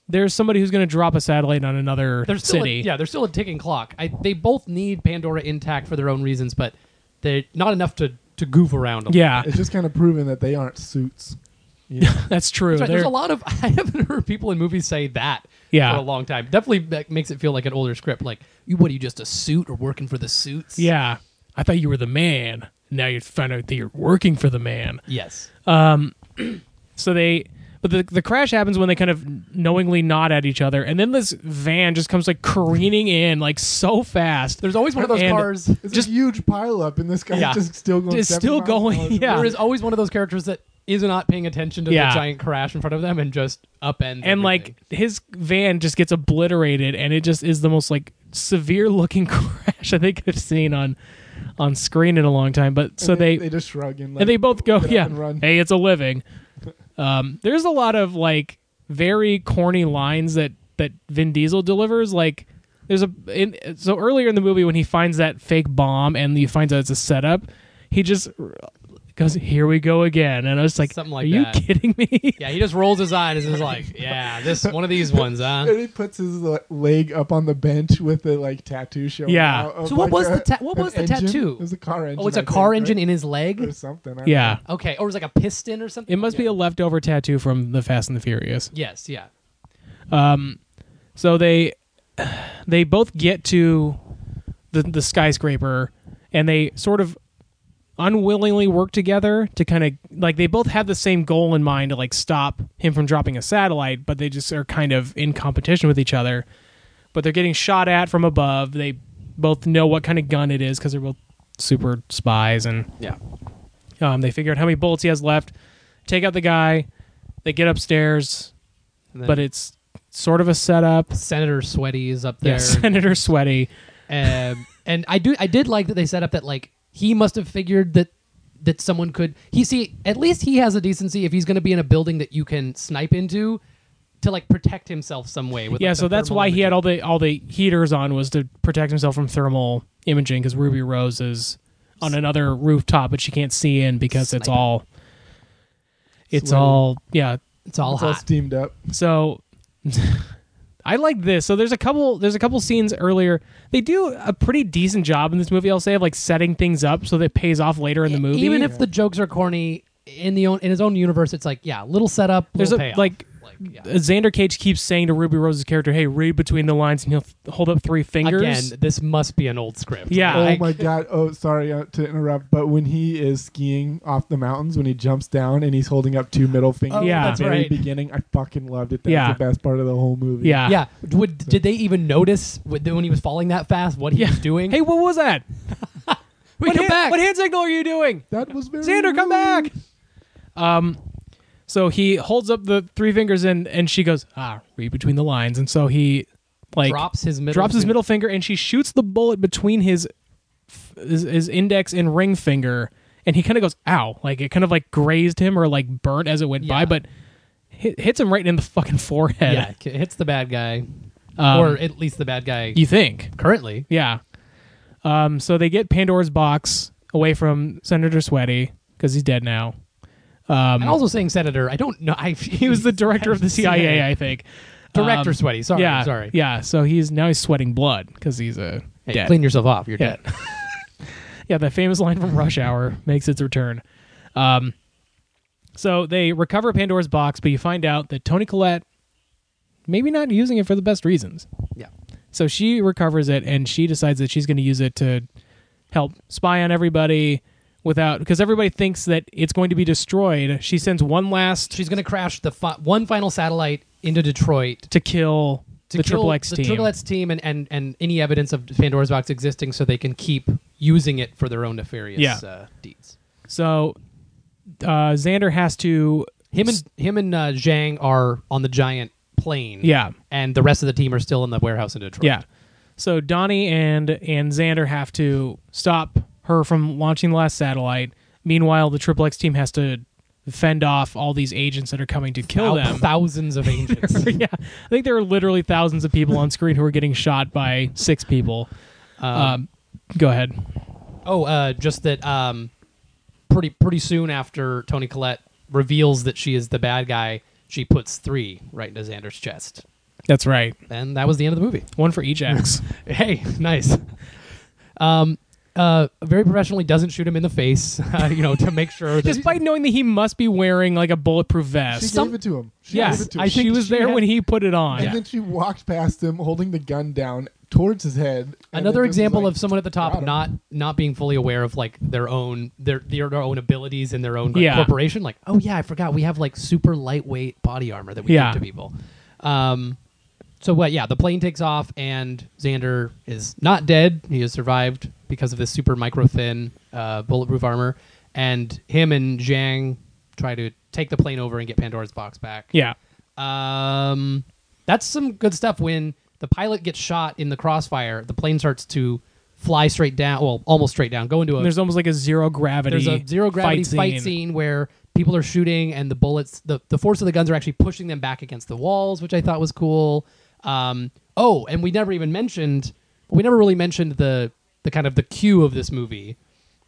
Speaker 2: there's somebody who's going to drop a satellite on another
Speaker 3: They're still
Speaker 2: city.
Speaker 3: yeah, they're still a ticking clock. I, they both need Pandora intact for their own reasons, but they're not enough to to goof around. a lot.
Speaker 2: yeah,
Speaker 4: It's just kind of proven that they aren't suits.
Speaker 2: that's true.
Speaker 3: That's right.
Speaker 2: They're-
Speaker 3: There's a lot of I haven't heard people in movies say that
Speaker 2: Yeah.
Speaker 3: for a long time. Definitely that makes it feel like an older script. Like, you what are you just a suit or working for the suits?
Speaker 2: yeah, I thought you were the man. Now you find out that you're working for the man.
Speaker 3: Yes.
Speaker 2: So they, but the the crash happens when they kind of knowingly nod at each other, and then this van just comes like careening in like so fast.
Speaker 3: There's always one of those
Speaker 2: And-
Speaker 3: cars.
Speaker 4: It's
Speaker 2: Just-
Speaker 4: a huge pile up, and this guy's
Speaker 3: Yeah.
Speaker 4: just still going.
Speaker 2: It's
Speaker 4: 70
Speaker 2: still
Speaker 4: miles an hour.
Speaker 2: going, yeah.
Speaker 3: There is always one of those characters that is not paying attention to
Speaker 2: Yeah.
Speaker 3: the giant crash in front of them and just upends.
Speaker 2: and like his van just gets obliterated and it just is the most like severe looking crash i think i've seen on on screen in a long time but so
Speaker 4: And
Speaker 2: they,
Speaker 4: they just shrug and, like,
Speaker 2: and they both go
Speaker 4: get up
Speaker 2: yeah
Speaker 4: and run.
Speaker 2: hey it's a living um there's a lot of like very corny lines that that vin diesel delivers like there's a in so earlier in the movie when he finds that fake bomb and he finds out it's a setup he just goes here we go again and i was like
Speaker 3: Something like
Speaker 2: are you
Speaker 3: that.
Speaker 2: kidding me
Speaker 3: Yeah, he just rolls his eyes and is like, "Yeah, this one of these ones, huh?"
Speaker 4: And he puts his like, leg up on the bench with the like tattoo showing.
Speaker 2: Yeah.
Speaker 4: out of,
Speaker 3: So what
Speaker 4: like,
Speaker 3: was
Speaker 4: a-
Speaker 3: the ta- what
Speaker 4: an
Speaker 3: was the
Speaker 4: engine.
Speaker 3: tattoo?
Speaker 4: It was a car engine.
Speaker 3: Oh, it's
Speaker 4: I
Speaker 3: a
Speaker 4: think,
Speaker 3: car
Speaker 4: right?
Speaker 3: engine in his
Speaker 4: or
Speaker 3: leg.
Speaker 4: something. I don't
Speaker 2: yeah
Speaker 3: Okay, or it was like a piston or something.
Speaker 2: It must be a leftover tattoo from the Fast and the Furious.
Speaker 3: Yes, yeah.
Speaker 2: So they they both get to the the skyscraper and they sort of unwillingly work together to kind of like they both have the same goal in mind to like stop him from dropping a satellite, but they just are kind of in competition with each other. But they're getting shot at from above. They both know what kind of gun it is because they're both super spies and
Speaker 3: Yeah.
Speaker 2: um, they figure out how many bullets he has left. Take out the guy. They get upstairs.
Speaker 3: And then
Speaker 2: but it's sort of a setup.
Speaker 3: Senator Sweaty is up there.
Speaker 2: Yeah, Senator Sweaty.
Speaker 3: um, and I do I did like that they set up that like he must have figured that that someone could he see at least he has a decency if he's going to be in a building that you can snipe into to like protect himself some way with
Speaker 2: Yeah,
Speaker 3: like,
Speaker 2: so
Speaker 3: the
Speaker 2: that's
Speaker 3: thermal
Speaker 2: why he had
Speaker 3: imaging.
Speaker 2: all the all the heaters on was to protect himself from thermal imaging because Ruby
Speaker 3: Mm-hmm.
Speaker 2: Rose is on another rooftop, but she can't see in because it's
Speaker 3: Sniper.
Speaker 2: all it's
Speaker 4: Sweaty.
Speaker 2: all yeah.
Speaker 3: it's all
Speaker 4: It's all
Speaker 3: hot
Speaker 4: steamed up.
Speaker 2: So I like this. So there's a couple there's a couple scenes earlier. They do a pretty decent job in this movie. I'll say of like setting things up so that it pays off later in the movie.
Speaker 3: E, even if the jokes are corny in the own in his own universe it's like yeah little setup
Speaker 2: There's
Speaker 3: little
Speaker 2: a,
Speaker 3: payoff.
Speaker 2: like-
Speaker 3: yeah.
Speaker 2: Xander Cage keeps saying to Ruby Rose's character, "Hey, read between the lines," and he'll th- hold up three fingers.
Speaker 3: again this must be an old script
Speaker 2: Yeah.
Speaker 4: Oh
Speaker 2: I-
Speaker 4: my god! Oh, sorry uh, to interrupt, but when he is skiing off the mountains, when he jumps down and he's holding up two middle fingers,
Speaker 2: Yeah.
Speaker 4: at
Speaker 2: Oh, that's
Speaker 4: the very
Speaker 3: right.
Speaker 4: beginning, I fucking loved it. That
Speaker 2: Yeah.
Speaker 4: was the best part of the whole movie.
Speaker 2: Yeah.
Speaker 3: yeah Would, did they even notice with- when he was falling that fast what he
Speaker 2: Yeah.
Speaker 3: was doing
Speaker 2: Hey, what was that?
Speaker 3: we
Speaker 2: what
Speaker 3: come
Speaker 2: hand,
Speaker 3: back
Speaker 2: What hand signal are you doing?
Speaker 4: that was very.
Speaker 2: Xander, come back. Um, so he holds up the three fingers and and she goes, ah, read between the lines, and so he like
Speaker 3: drops his middle
Speaker 2: drops his
Speaker 3: finger.
Speaker 2: middle finger and she shoots the bullet between his f- his, his index and ring finger, and he kind of goes, ow, like it kind of like grazed him or like burnt as it went by,
Speaker 3: Yeah.
Speaker 2: but hit, hits him right in the fucking forehead.
Speaker 3: Yeah, it hits the bad guy,
Speaker 2: Um,
Speaker 3: or at least the bad guy
Speaker 2: You think?
Speaker 3: currently.
Speaker 2: Yeah. Um, so they get Pandora's box away from Senator Sweaty because he's dead now. Um,
Speaker 3: And also saying senator, I don't know. I,
Speaker 2: He was the director of the CIA, I think.
Speaker 3: director.
Speaker 2: Um,
Speaker 3: sweaty. Sorry,
Speaker 2: yeah,
Speaker 3: sorry.
Speaker 2: Yeah. So he's now he's sweating blood because he's a
Speaker 3: Hey,
Speaker 2: dead.
Speaker 3: clean yourself off. You're
Speaker 2: yeah.
Speaker 3: dead.
Speaker 2: yeah. That famous line from Rush Hour makes its return. Um, so they recover Pandora's box, but you find out that Tony Collette maybe not using it for the best reasons.
Speaker 3: Yeah.
Speaker 2: So she recovers it and she decides that she's going to use it to help spy on everybody without because everybody thinks that it's going to be destroyed. She sends one last
Speaker 3: She's gonna crash the fi- one final satellite into Detroit
Speaker 2: to kill
Speaker 3: to
Speaker 2: the
Speaker 3: kill
Speaker 2: Triple X
Speaker 3: the
Speaker 2: team.
Speaker 3: Triple X team, and, and and any evidence of Pandora's box existing, so they can keep using it for their own nefarious
Speaker 2: Yeah.
Speaker 3: uh, deeds.
Speaker 2: So uh, Xander has to
Speaker 3: Him and him and uh, Zhang are on the giant plane.
Speaker 2: Yeah.
Speaker 3: and the rest of the team are still in the warehouse in Detroit.
Speaker 2: yeah. So Donnie and and Xander have to stop her from launching the last satellite. Meanwhile, the Triple X team has to fend off all these agents that are coming to kill
Speaker 3: Thou-
Speaker 2: them.
Speaker 3: Thousands of angels.
Speaker 2: yeah, I think there are literally thousands of people on screen who are getting shot by six people.
Speaker 3: Uh,
Speaker 2: Um, go ahead.
Speaker 3: Oh, uh, just that. Um, pretty pretty soon after Tony Collette reveals that she is the bad guy, she puts three right into Xander's chest,
Speaker 2: That's right.
Speaker 3: and that was the end of the movie.
Speaker 2: One for each X.
Speaker 3: Hey, nice. Um, uh, very professionally doesn't shoot him in the face, uh, you know, to make sure. That,
Speaker 2: Despite knowing that he must be wearing like a bulletproof
Speaker 4: She
Speaker 2: vest.
Speaker 3: Some-
Speaker 4: gave it to him. She gave
Speaker 2: yes,
Speaker 4: it to him.
Speaker 2: I think she was there
Speaker 3: had-
Speaker 2: when he put it on.
Speaker 4: And then she walked past him, holding the gun down towards his head. and then
Speaker 3: another
Speaker 4: just was
Speaker 3: example
Speaker 4: like,
Speaker 3: of someone at the
Speaker 4: "Got
Speaker 3: top
Speaker 4: 'em."
Speaker 3: not not being fully aware of like their own their their own abilities and their own like,
Speaker 2: Yeah.
Speaker 3: corporation. Like, oh yeah, I forgot we have like super lightweight body armor that we
Speaker 2: Yeah.
Speaker 3: give to people. Um, so what? yeah, the plane takes off and Xander is not dead. He has survived because of this super micro thin uh, bulletproof armor, and him and Zhang try to take the plane over and get Pandora's box back.
Speaker 2: Yeah.
Speaker 3: Um, that's some good stuff. When the pilot gets shot in the crossfire, the plane starts to fly straight down. Well, almost straight down. Go into a
Speaker 2: And there's almost like a zero gravity.
Speaker 3: there's a zero gravity fight scene. where people are shooting and the bullets, the the force of the guns are actually pushing them back against the walls, which I thought was cool. Um, oh, and we never even mentioned. We never really mentioned the the kind of the cue of this movie.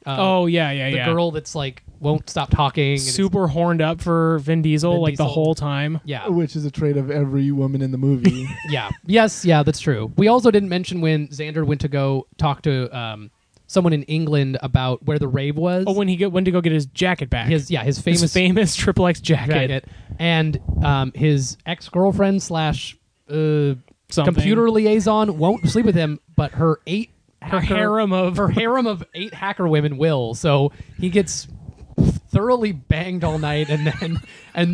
Speaker 3: Uh,
Speaker 2: Oh yeah, yeah,
Speaker 3: the
Speaker 2: yeah.
Speaker 3: girl that's like won't stop talking. and is-
Speaker 2: super horned up for Vin Diesel
Speaker 3: Vin
Speaker 2: like the
Speaker 3: Diesel.
Speaker 2: whole time.
Speaker 3: yeah.
Speaker 4: Which is a trait of every woman in the movie.
Speaker 3: yeah. Yes. Yeah. That's true. We also didn't mention when Xander went to go talk to um, someone in England about where the rave was.
Speaker 2: Oh, when he get, went to go get his jacket back.
Speaker 3: his yeah his
Speaker 2: His
Speaker 3: famous
Speaker 2: famous triple X jacket.
Speaker 3: jacket and um, his ex girlfriend slash uh,
Speaker 2: Something.
Speaker 3: computer liaison won't sleep with him, but her eight
Speaker 2: Her
Speaker 3: hacker-
Speaker 2: harem of
Speaker 3: her harem of eight hacker women will. So he gets thoroughly banged all night, and then and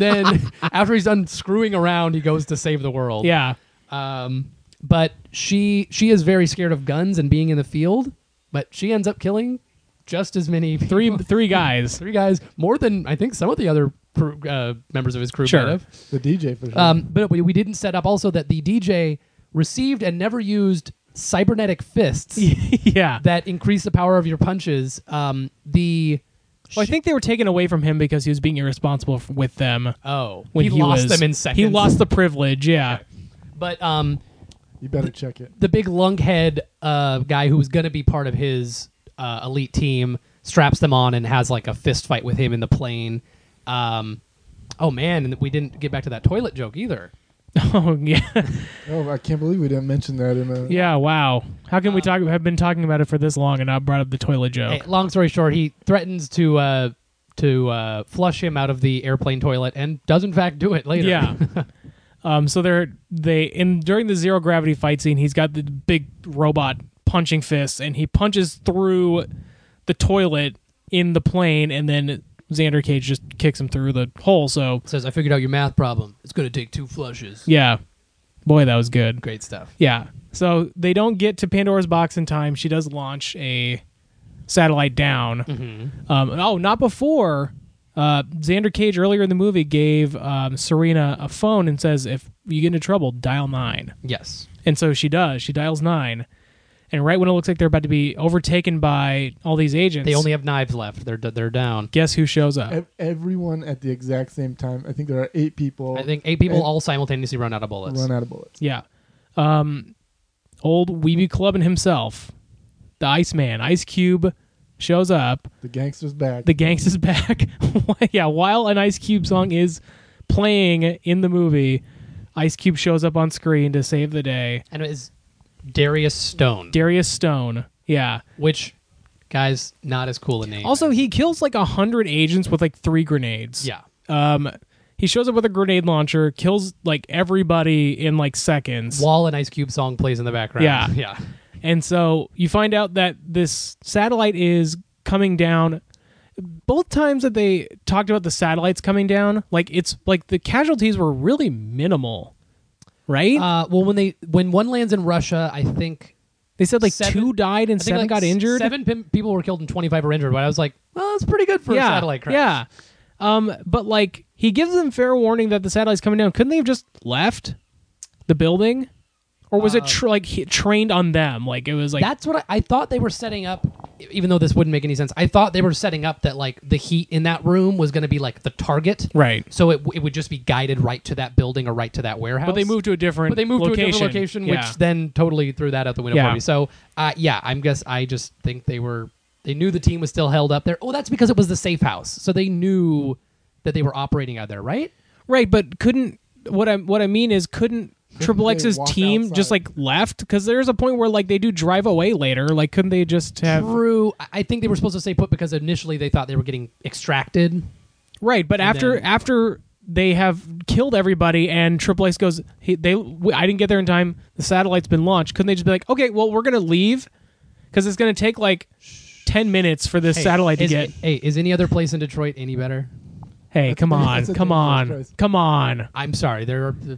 Speaker 3: then after he's done screwing around, he goes to save the world.
Speaker 2: Yeah.
Speaker 3: Um, but she she is very scared of guns and being in the field, but she ends up killing just as many
Speaker 2: Three
Speaker 3: people-
Speaker 2: three guys.
Speaker 3: three guys more than I think some of the other crew- uh, members of his crew
Speaker 2: Sure.
Speaker 3: might have.
Speaker 4: the DJ for sure.
Speaker 3: Um, but we, we didn't set up also that the DJ received and never used cybernetic fists
Speaker 2: yeah.
Speaker 3: that increase the power of your punches. Um, the
Speaker 2: Well, I think they were taken away from him because he was being irresponsible f- with them uh,
Speaker 3: oh
Speaker 2: when
Speaker 3: he,
Speaker 2: he,
Speaker 3: lost
Speaker 2: was-
Speaker 3: them in seconds.
Speaker 2: He lost the privilege. Yeah.
Speaker 3: but um,
Speaker 4: you better check it.
Speaker 3: the big lunkhead uh, guy who was going to be part of his uh, elite team straps them on and has like a fist fight with him in the plane. Um, oh man, and we didn't get back to that toilet joke either.
Speaker 2: Oh yeah.
Speaker 4: Oh, I can't believe we didn't mention that in a.
Speaker 2: Yeah. Wow. How can we talk? Have been talking about it for this long and not brought up the toilet joke?
Speaker 3: Um, Hey, long story short, he threatens to uh, to uh, flush him out of the airplane toilet and does in fact do it later.
Speaker 2: Yeah. um. So they're they in during the zero gravity fight scene, he's got the big robot punching fists, and he punches through the toilet in the plane, and then Xander Cage just kicks him through the hole. So
Speaker 3: Says, "I figured out your math problem. It's going to take two flushes."
Speaker 2: yeah, boy, that was good.
Speaker 3: Great stuff.
Speaker 2: Yeah. So they don't get to Pandora's box in time. She does launch a satellite down.
Speaker 3: Mm-hmm.
Speaker 2: Um, and- oh, not before. Uh, Xander Cage earlier in the movie gave um, Serena a phone and says, if you get into trouble, dial nine.
Speaker 3: Yes.
Speaker 2: And so she does. She dials nine. And right when it looks like they're about to be overtaken by all these agents,
Speaker 3: They only have knives left. They're they're down.
Speaker 2: guess who shows up?
Speaker 4: Ev- e-, everyone at the exact same time. I think there are eight people.
Speaker 3: I think eight people
Speaker 4: And-
Speaker 3: all simultaneously run out of bullets.
Speaker 4: run out of bullets.
Speaker 2: Yeah. Um, old Weeby Clubbin himself, the Iceman, Ice Cube, shows up.
Speaker 4: The gangster's back.
Speaker 2: the gangsta's back. yeah, while an Ice Cube song is playing in the movie, Ice Cube shows up on screen to save the day.
Speaker 3: and it is Darius Stone,
Speaker 2: Darius Stone. Yeah.
Speaker 3: which guys not as cool a name.
Speaker 2: Also, he kills like a hundred agents with like three grenades.
Speaker 3: yeah,
Speaker 2: Um, he shows up with a grenade launcher, kills like everybody in like seconds.
Speaker 3: Wall and Ice Cube song plays in the background.
Speaker 2: Yeah.
Speaker 3: yeah.
Speaker 2: And so you find out that this satellite is coming down. Both times that they talked about the satellites coming down, like it's like the casualties were really minimal, right?
Speaker 3: Uh, well, when they when one lands in Russia, I think
Speaker 2: they said like
Speaker 3: seven-
Speaker 2: two died and
Speaker 3: I think
Speaker 2: seven
Speaker 3: like
Speaker 2: got
Speaker 3: s-
Speaker 2: injured.
Speaker 3: Seven pim- people were killed and twenty five were injured. But I was like, well, that's pretty good for
Speaker 2: yeah,
Speaker 3: a satellite crash.
Speaker 2: yeah. Um, but like he gives them fair warning that the satellite's coming down. Couldn't they have just left the
Speaker 3: Uh,
Speaker 2: building, or was it tr- like he, trained on them? Like it was like
Speaker 3: that's what I, I thought they were setting up. even though this wouldn't make any sense, I thought they were setting up that like the heat in that room was going to be like the target,
Speaker 2: Right.
Speaker 3: So it, it would just be guided right to that building or right to that warehouse.
Speaker 2: But they moved to a different.
Speaker 3: But they moved
Speaker 2: location.
Speaker 3: to a different location,
Speaker 2: Yeah.
Speaker 3: which then totally threw that out the window
Speaker 2: Yeah.
Speaker 3: for me. So, uh, yeah, I'm guess I just think they were they knew the team was still held up there. Oh, that's because it was the safe house, so they knew that they were operating out there, right?
Speaker 2: Right, but couldn't what I what I mean is couldn't Triple
Speaker 4: they
Speaker 2: X's
Speaker 4: walk
Speaker 2: team just like
Speaker 4: outside?
Speaker 2: left because there's a point where like they do drive away later. Like, couldn't they just have
Speaker 3: True. I- I think they were supposed to stay put because initially they thought they were getting extracted.
Speaker 2: right? But after
Speaker 3: then-
Speaker 2: after they have killed everybody and Triple X goes, hey, they w- I didn't get there in time. The satellite's been launched. Couldn't they just be like, okay, well we're gonna leave because it's gonna take like ten minutes for this satellite to
Speaker 3: is,
Speaker 2: get.
Speaker 3: Hey, is any other place in Detroit any better?
Speaker 2: hey, come
Speaker 4: a-
Speaker 2: on,
Speaker 4: that's a
Speaker 2: come
Speaker 4: dangerous
Speaker 2: on,
Speaker 4: choice.
Speaker 2: come on.
Speaker 3: I'm sorry, they're the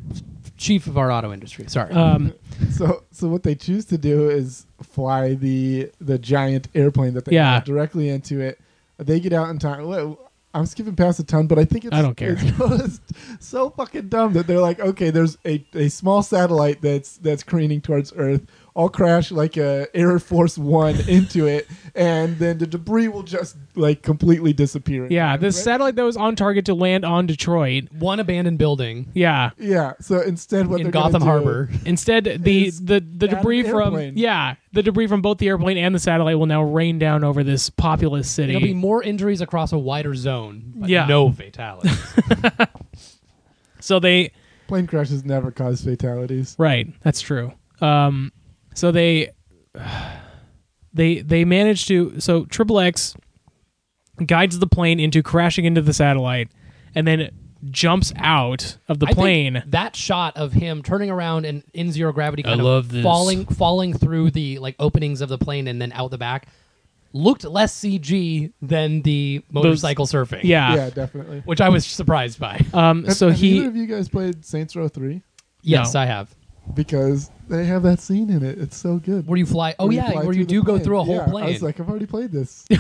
Speaker 3: chief of our auto industry. Sorry.
Speaker 2: Um,
Speaker 4: So, so what they choose to do is fly the the giant airplane that they
Speaker 2: Yeah.
Speaker 4: have directly into it. They get out in time. Well, I'm skipping past a ton, but I think it's
Speaker 2: I don't care.
Speaker 4: It's just so fucking dumb that they're like, okay, there's a, a small satellite that's that's careening towards Earth. I'll crash like a Air Force One into it, and then the debris will just like completely disappear.
Speaker 2: yeah, this
Speaker 4: Right?
Speaker 2: satellite that was on target to land on Detroit.
Speaker 3: One abandoned building
Speaker 2: Yeah,
Speaker 4: Yeah. So instead, what
Speaker 3: in
Speaker 4: they're gonna
Speaker 3: Gotham
Speaker 4: do-
Speaker 3: Harbor.
Speaker 2: Instead, the
Speaker 4: Is
Speaker 2: the, the
Speaker 4: that an
Speaker 2: debris from
Speaker 4: airplane?
Speaker 2: yeah, the debris from both the airplane and the satellite will now rain down over this populous city.
Speaker 3: There'll be more injuries across a wider zone, but
Speaker 2: Yeah.
Speaker 3: no fatalities.
Speaker 2: so they
Speaker 4: Plane crashes never cause fatalities.
Speaker 2: right, that's true. Um, so they they they manage to so Triple X guides the plane into crashing into the satellite, and then jumps out of the
Speaker 3: I think
Speaker 2: plane.
Speaker 3: that shot of him turning around and in zero gravity, kind
Speaker 2: love
Speaker 3: of
Speaker 2: this.
Speaker 3: falling, falling through the like openings of the plane and then out the back, looked less CG than the motorcycle surfing.
Speaker 2: yeah.
Speaker 4: yeah, definitely.
Speaker 3: which I was surprised by.
Speaker 2: Um.
Speaker 4: Have-
Speaker 2: So
Speaker 4: have
Speaker 2: he
Speaker 4: Either of you guys played Saints Row Three
Speaker 3: yes,
Speaker 2: no.
Speaker 3: I have.
Speaker 4: because they have that scene in it. It's so good.
Speaker 3: Where you fly? Oh
Speaker 4: Where
Speaker 3: yeah,
Speaker 4: fly
Speaker 3: where you
Speaker 4: the
Speaker 3: do go
Speaker 4: plane.
Speaker 3: through a whole
Speaker 4: Yeah,
Speaker 3: plane.
Speaker 4: I was like, I've already played this.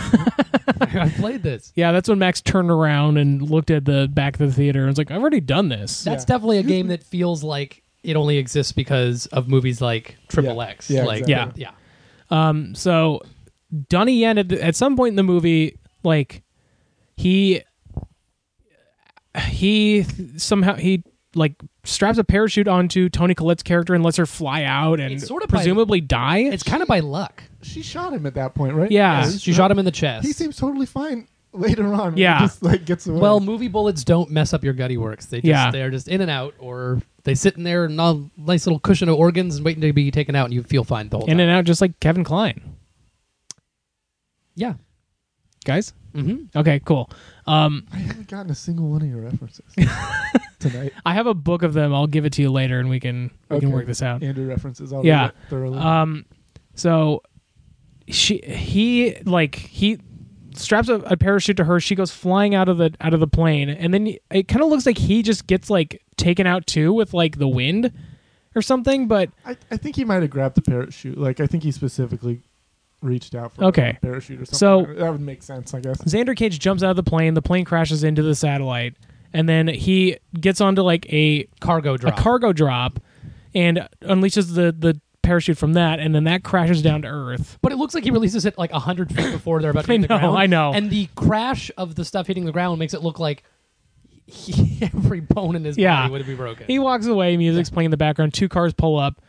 Speaker 3: I've played this.
Speaker 2: yeah, that's when Max turned around and looked at the back of the theater and was like, "I've already done this."
Speaker 3: That's
Speaker 4: Yeah.
Speaker 3: definitely a game that feels like it only exists because of movies like Triple
Speaker 4: Yeah.
Speaker 3: X.
Speaker 4: Yeah,
Speaker 3: like
Speaker 2: exactly.
Speaker 3: yeah.
Speaker 2: Um, so Donnie Yen at, at some point in the movie, like he he th- somehow he like straps a parachute onto Tony Collette's character and lets her fly out and
Speaker 3: It's sort of by-
Speaker 2: presumably die.
Speaker 3: It's kind of by luck.
Speaker 4: she shot him at that point, right?
Speaker 2: Yeah.
Speaker 4: he's
Speaker 3: She
Speaker 4: not-
Speaker 3: shot him in the chest.
Speaker 4: He seems totally fine later on. when
Speaker 2: Yeah.
Speaker 4: he just like gets away.
Speaker 3: Well, movie bullets don't mess up your gutty works. They just
Speaker 2: Yeah.
Speaker 3: they're just in and out, or they sit in there and all nice little cushion of organs and waiting to be taken out, and you feel fine the whole
Speaker 2: in
Speaker 3: time.
Speaker 2: and out, just like Kevin Klein,
Speaker 3: yeah.
Speaker 2: guys.
Speaker 3: Mm-hmm.
Speaker 2: Okay, cool. Um,
Speaker 4: I haven't gotten a single one of your references tonight.
Speaker 2: I have a book of them. I'll give it to you later, and we can we can
Speaker 4: Okay.
Speaker 2: work this out.
Speaker 4: Andrew references. I'll
Speaker 2: Yeah.
Speaker 4: read it thoroughly.
Speaker 2: Um, so she he like he straps a, a parachute to her. She goes flying out of the out of the plane, and then it kind of looks like he just gets like taken out too with like the wind or something. But
Speaker 4: I, I think he might have grabbed the parachute. Like I think he specifically reached out for
Speaker 2: Okay.
Speaker 4: a parachute or something.
Speaker 2: So-
Speaker 4: that would make sense, I guess.
Speaker 2: Xander Cage jumps out of the plane. The plane crashes into the satellite, and then he gets onto like a
Speaker 3: Cargo
Speaker 2: a
Speaker 3: drop.
Speaker 2: cargo drop and unleashes the the parachute from that, and then that crashes down to Earth.
Speaker 3: but it looks like he releases it like hundred feet before they're about to
Speaker 2: I
Speaker 3: hit the
Speaker 2: know,
Speaker 3: ground.
Speaker 2: I know.
Speaker 3: And the crash of the stuff hitting the ground makes it look like he, every bone in his
Speaker 2: Yeah.
Speaker 3: body would be broken.
Speaker 2: He walks away. Music's playing in the background. Two cars pull up,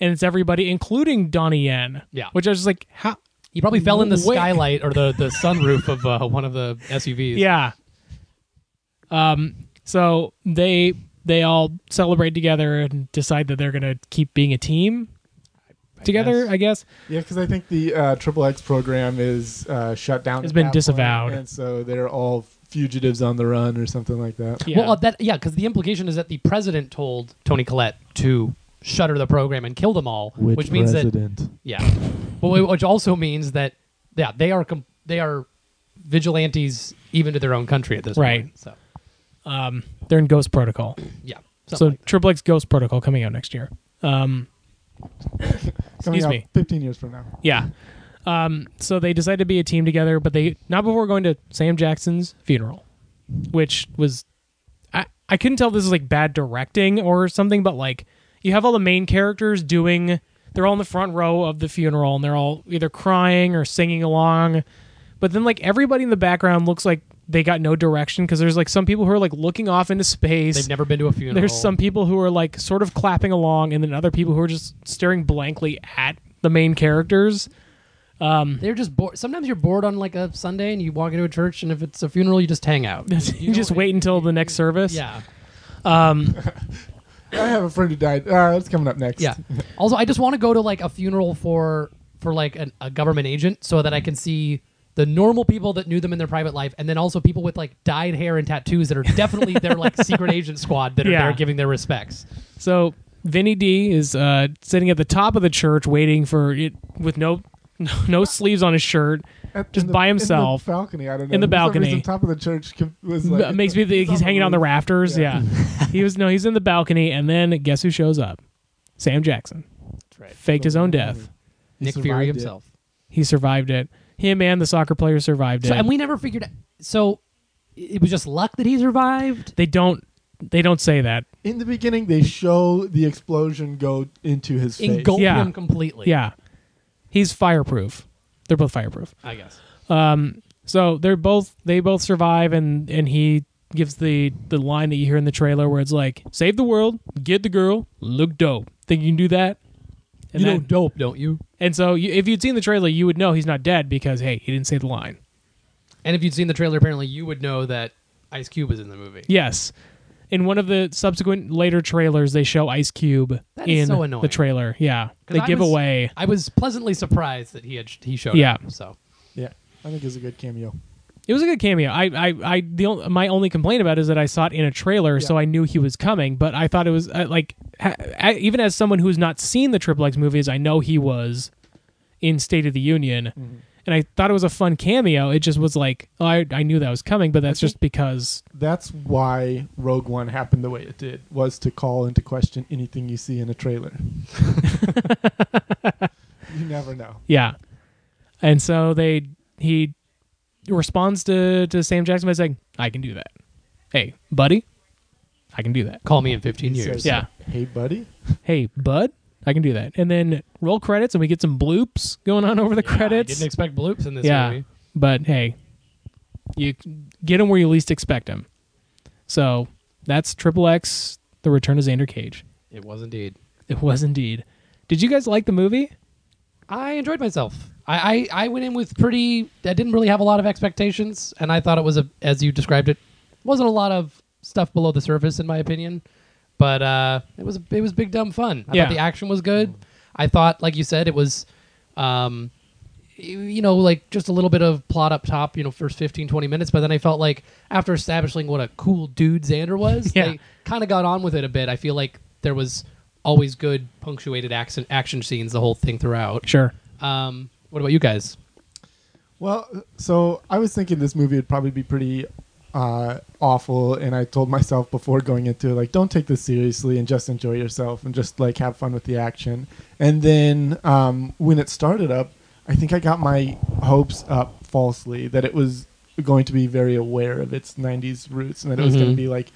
Speaker 2: and it's everybody, including Donnie Yen.
Speaker 3: Yeah.
Speaker 2: which I was just like, how?
Speaker 3: He probably fell in the
Speaker 2: Wait.
Speaker 3: skylight or the, the sunroof of uh, one of the SUVs.
Speaker 2: Yeah. Um. So they they all celebrate together and decide that they're gonna keep being a team together.
Speaker 3: guess.
Speaker 2: I guess.
Speaker 4: Yeah, because I think the uh, Triple X program is uh, shut down.
Speaker 2: It's
Speaker 4: at
Speaker 2: been
Speaker 4: that
Speaker 2: disavowed.
Speaker 4: point, and so they're all fugitives on the run or something like that.
Speaker 2: Yeah.
Speaker 3: Well, uh, that yeah, because the implication is that the president told Tony Collette to shutter the program and kill them all, which, means
Speaker 4: that
Speaker 3: that yeah, well, which also means that yeah, they are com- they are vigilantes even to their own country at this
Speaker 2: Right.
Speaker 3: point. So
Speaker 2: um. They're in Ghost Protocol.
Speaker 3: yeah,
Speaker 2: so
Speaker 3: something like that.
Speaker 2: Triple X Ghost Protocol coming out next year. Um.
Speaker 4: coming
Speaker 2: Excuse
Speaker 4: out
Speaker 2: me.
Speaker 4: 15 years from now.
Speaker 2: Yeah. Um, so they decided to be a team together, but they not before going to Sam Jackson's funeral, which was I I couldn't tell if this was like bad directing or something, but like you have all the main characters doing they're all in the front row of the funeral and they're all either crying or singing along. But then like everybody in the background looks like they got no direction because there's like some people who are like looking off into space.
Speaker 3: They've never been to a funeral.
Speaker 2: There's some people who are like sort of clapping along, and then other people who are just staring blankly at the main characters.
Speaker 3: They're just bored. Sometimes you're bored on like a Sunday and you walk into a church, and if it's a funeral, you just hang out.
Speaker 2: you just wait until the next service.
Speaker 3: Yeah.
Speaker 4: I have a friend who died. Uh, that's coming up next.
Speaker 3: Yeah. Also, I just want to go to like a funeral for for like an, a government agent so that I can see the normal people that knew them in their private life, and then also people with like dyed hair and tattoos that are definitely their like secret agent squad that are
Speaker 2: Yeah.
Speaker 3: there giving their respects.
Speaker 2: So Vinny D is uh, sitting at the top of the church, waiting for it with no no, no sleeves on his shirt,
Speaker 4: At-
Speaker 2: just
Speaker 4: in the-
Speaker 2: by himself.
Speaker 4: in the balcony. I don't know.
Speaker 2: In the
Speaker 4: For some
Speaker 2: balcony.
Speaker 4: reason, top of the church com- was like
Speaker 2: That makes me think he's hanging on the
Speaker 4: roof.
Speaker 2: rafters.
Speaker 4: Yeah.
Speaker 2: Yeah, he was no, he's in the balcony, and then guess who shows up? Sam Jackson. That's
Speaker 3: right.
Speaker 2: Faked his own death.
Speaker 4: He
Speaker 3: Nick
Speaker 4: survived
Speaker 3: Fury
Speaker 4: it.
Speaker 3: himself.
Speaker 2: He survived it. Him and the soccer player survived it.
Speaker 3: So, and we never figured. So it was just luck that he survived.
Speaker 2: they don't they don't say that.
Speaker 4: In the beginning, they show the explosion go into his face.
Speaker 3: Engulfed
Speaker 2: Yeah.
Speaker 3: him completely.
Speaker 2: Yeah. He's fireproof. They're both fireproof.
Speaker 3: I guess.
Speaker 2: So they're both they both survive and and he gives the the line that you hear in the trailer where it's like save the world, get the girl, look dope. Think you can do that? And
Speaker 3: you know,
Speaker 2: then-
Speaker 3: dope, don't you?
Speaker 2: and so you, if you'd seen the trailer, you would know he's not dead because hey, he didn't say the line.
Speaker 3: And if you'd seen the trailer, apparently you would know that Ice Cube was in the movie.
Speaker 2: Yes. In one of the subsequent later trailers, they show Ice Cube
Speaker 3: That is
Speaker 2: in
Speaker 3: so annoying.
Speaker 2: the trailer. Yeah,
Speaker 3: 'Cause
Speaker 2: they
Speaker 3: I
Speaker 2: give
Speaker 3: was-
Speaker 2: away.
Speaker 3: I was pleasantly surprised that he had he showed
Speaker 2: Yeah.
Speaker 3: up. So
Speaker 4: Yeah, I think it's a good cameo.
Speaker 2: It was a good cameo. I, I, I the on- my only complaint about it is that I saw it in a trailer, so I knew he was coming. But I thought it was uh, like, ha, I, even as someone who's not seen the Triple X movies, I know he was in State of the Union, and I thought it was a fun cameo. It just was like, oh, I, I knew that was coming, but that's just because
Speaker 4: That's why Rogue One happened the way it did, was to call into question anything you see in a trailer. you never know.
Speaker 2: Yeah. And so they he responds to to Sam Jackson by saying, "I can do that. Hey, buddy, I can do that.
Speaker 3: call me in 15
Speaker 4: He
Speaker 3: years.
Speaker 4: says,
Speaker 2: Yeah.
Speaker 4: Hey, buddy.
Speaker 2: Hey, bud, I can do that." And then roll credits, and we get some bloops going on over the credits.
Speaker 3: I didn't expect bloops in this
Speaker 2: yeah,
Speaker 3: movie.
Speaker 2: but hey, you get him where you least expect him. So that's Triple X: The Return of Xander Cage.
Speaker 3: It was indeed.
Speaker 2: It was indeed. Did you guys like the movie?
Speaker 3: I enjoyed myself. I, I, I went in with pretty. I didn't really have a lot of expectations, and I thought it was a as you described it, wasn't a lot of stuff below the surface in my opinion, but uh, it was it was big dumb fun. I
Speaker 2: Yeah.
Speaker 3: thought the action was good. I thought, like you said, it was, um, y- you know, like just a little bit of plot up top, you know, first 15, 20 minutes, but then I felt like after establishing what a cool dude Xander was,
Speaker 2: Yeah.
Speaker 3: they kind of got on with it a bit. I feel like there was always good punctuated action action scenes the whole thing throughout.
Speaker 2: Sure.
Speaker 3: Um, what about you guys?
Speaker 4: Well, so I was thinking this movie would probably be pretty uh, awful, and I told myself before going into it, like, don't take this seriously and just enjoy yourself and just like have fun with the action. And then um, when it started up, I think I got my hopes up falsely that it was going to be very aware of its '90s roots and that it was going to be like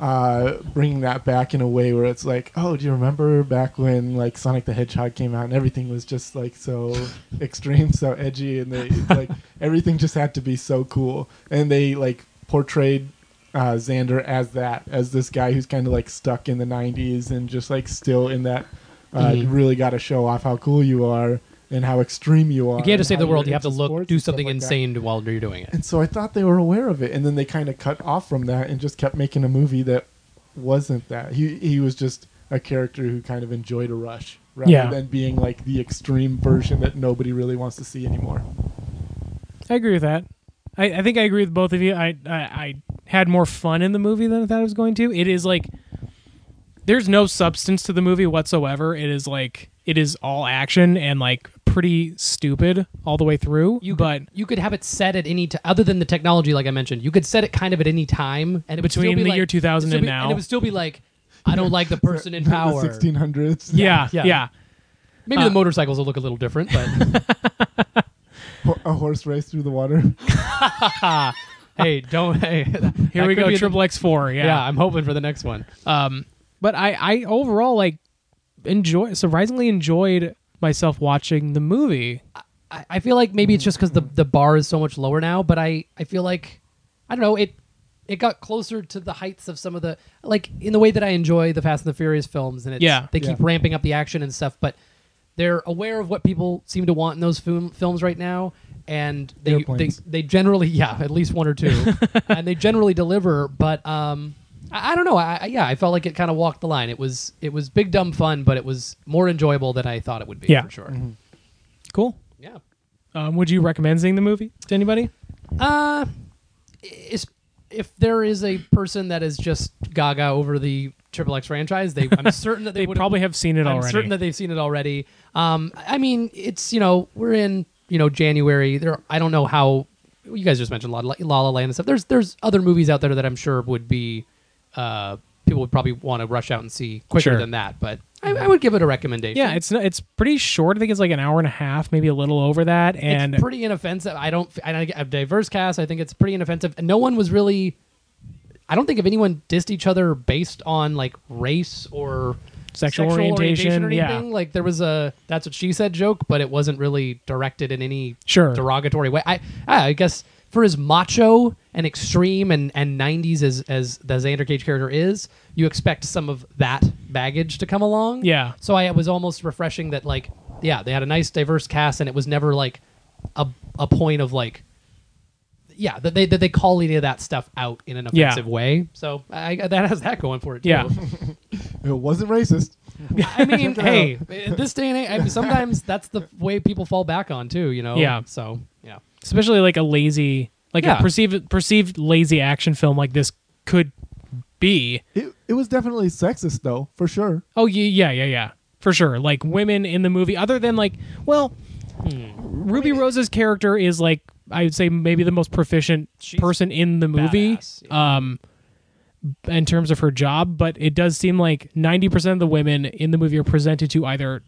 Speaker 4: uh, bringing that back in a way where it's like, oh, do you remember back when like Sonic the Hedgehog came out and everything was just like so extreme, so edgy, and they like everything just had to be so cool, and they like portrayed uh, Xander as that, as this guy who's kind of like stuck in the '90s and just like still in that. Uh,
Speaker 3: Mm-hmm.
Speaker 4: you really got to show off how cool you are and how extreme you are.
Speaker 3: You can't
Speaker 4: and
Speaker 3: just save
Speaker 4: how
Speaker 3: the world.
Speaker 4: you're
Speaker 3: You have to
Speaker 4: into
Speaker 3: look,
Speaker 4: sports
Speaker 3: do
Speaker 4: and stuff
Speaker 3: something
Speaker 4: like that.
Speaker 3: insane while you're doing it.
Speaker 4: And so I thought they were aware of it, and then they kind of cut off from that and just kept making a movie that wasn't that. He he was just a character who kind of enjoyed a rush rather
Speaker 2: Yeah.
Speaker 4: than being like the extreme version that nobody really wants to see anymore.
Speaker 2: I agree with that. I, I think I agree with both of you. I, I I had more fun in the movie than I thought I was going to. It is like there's no substance to the movie whatsoever. It is like it is all action and like pretty stupid all the way through.
Speaker 3: You could,
Speaker 2: but
Speaker 3: you could have it set at any t- other than the technology, like I mentioned. You could set it kind of at any time, and it would still
Speaker 2: Between
Speaker 3: be
Speaker 2: the
Speaker 3: like-
Speaker 2: year 2000
Speaker 3: it'd still
Speaker 2: and
Speaker 3: be-
Speaker 2: now.
Speaker 3: and it would still be like, I don't like the person in
Speaker 4: The
Speaker 3: power.
Speaker 4: 1600s.
Speaker 2: yeah,
Speaker 3: Yeah.
Speaker 2: yeah,
Speaker 3: Maybe
Speaker 2: Ah.
Speaker 3: the motorcycles will look a little different, but
Speaker 4: Ho- A horse race through the water.
Speaker 3: hey, don't. Hey,
Speaker 2: Here we go, Triple X Four.
Speaker 3: Yeah.
Speaker 2: Yeah.
Speaker 3: I'm hoping for the next one.
Speaker 2: Um, but I I overall like enjoy surprisingly enjoyed myself watching the movie.
Speaker 3: I, I feel like maybe it's just because the the bar is so much lower now, but I I feel like I don't know it it got closer to the heights of some of the like in the way that I enjoy the Fast and the Furious films, and it's,
Speaker 2: Yeah.
Speaker 3: they keep
Speaker 4: Yeah.
Speaker 3: ramping up the action and stuff, but they're aware of what people seem to want in those film, films right now, and they, they
Speaker 4: Airplanes.
Speaker 3: they generally yeah at least one or two, and they generally deliver, but um. I I don't know. I, I- yeah, I felt like it kind of walked the line. It was it was big dumb fun, but it was more enjoyable than I thought it would be
Speaker 2: Yeah.
Speaker 3: for sure.
Speaker 2: Cool.
Speaker 3: Yeah.
Speaker 2: Um, would you recommend seeing the movie to anybody?
Speaker 3: Uh, is if there is a person that is just gaga over the Triple X franchise, they I'm certain that they,
Speaker 2: They
Speaker 3: would
Speaker 2: probably have seen it
Speaker 3: I'm
Speaker 2: already.
Speaker 3: certain that they've seen it already. Um, I mean, it's you know we're in you know January. There, I don't know how you guys just mentioned La La, La La Land and stuff. There's there's other movies out there that I'm sure would be uh people would probably want to rush out and see quicker
Speaker 2: Sure.
Speaker 3: than that. But I, I would give it a recommendation.
Speaker 2: yeah, it's not, it's pretty short. I think it's like an hour and a half, maybe a little over that. And
Speaker 3: it's pretty inoffensive. I don't. I don't a diverse cast. I think it's pretty inoffensive. No one was really. I don't think if anyone dissed each other based on like race or
Speaker 2: Sexual orientation,
Speaker 3: or
Speaker 2: yeah.
Speaker 3: anything. Like there was a that's what she said joke, but it wasn't really directed in any
Speaker 2: Sure.
Speaker 3: derogatory way. I I guess for as macho and extreme and and nineties as as the Xander Cage character is, you expect some of that baggage to come along.
Speaker 2: Yeah.
Speaker 3: So I it was almost refreshing that like yeah, they had a nice diverse cast and it was never like a a point of like yeah, that they that they call any of that stuff out in an
Speaker 2: Yeah.
Speaker 3: offensive way. So I, that has that going for it. Too.
Speaker 2: Yeah.
Speaker 4: It wasn't racist.
Speaker 3: I mean, hey, at this day and age, I mean, sometimes that's the way people fall back on too. You know.
Speaker 2: Yeah.
Speaker 3: So yeah.
Speaker 2: especially like a lazy, like
Speaker 3: Yeah.
Speaker 2: a perceived perceived lazy action film like this could be.
Speaker 4: It, it was definitely sexist though, for sure.
Speaker 2: Oh yeah, yeah, yeah, yeah, for sure. Like women in the movie, other than like, well,
Speaker 3: Hmm.
Speaker 2: Ruby Rose's character is like I would say maybe the most proficient
Speaker 3: She's
Speaker 2: person in the movie.
Speaker 3: badass,
Speaker 2: Um. In terms of her job, but it does seem like ninety percent of the women in the movie are presented to either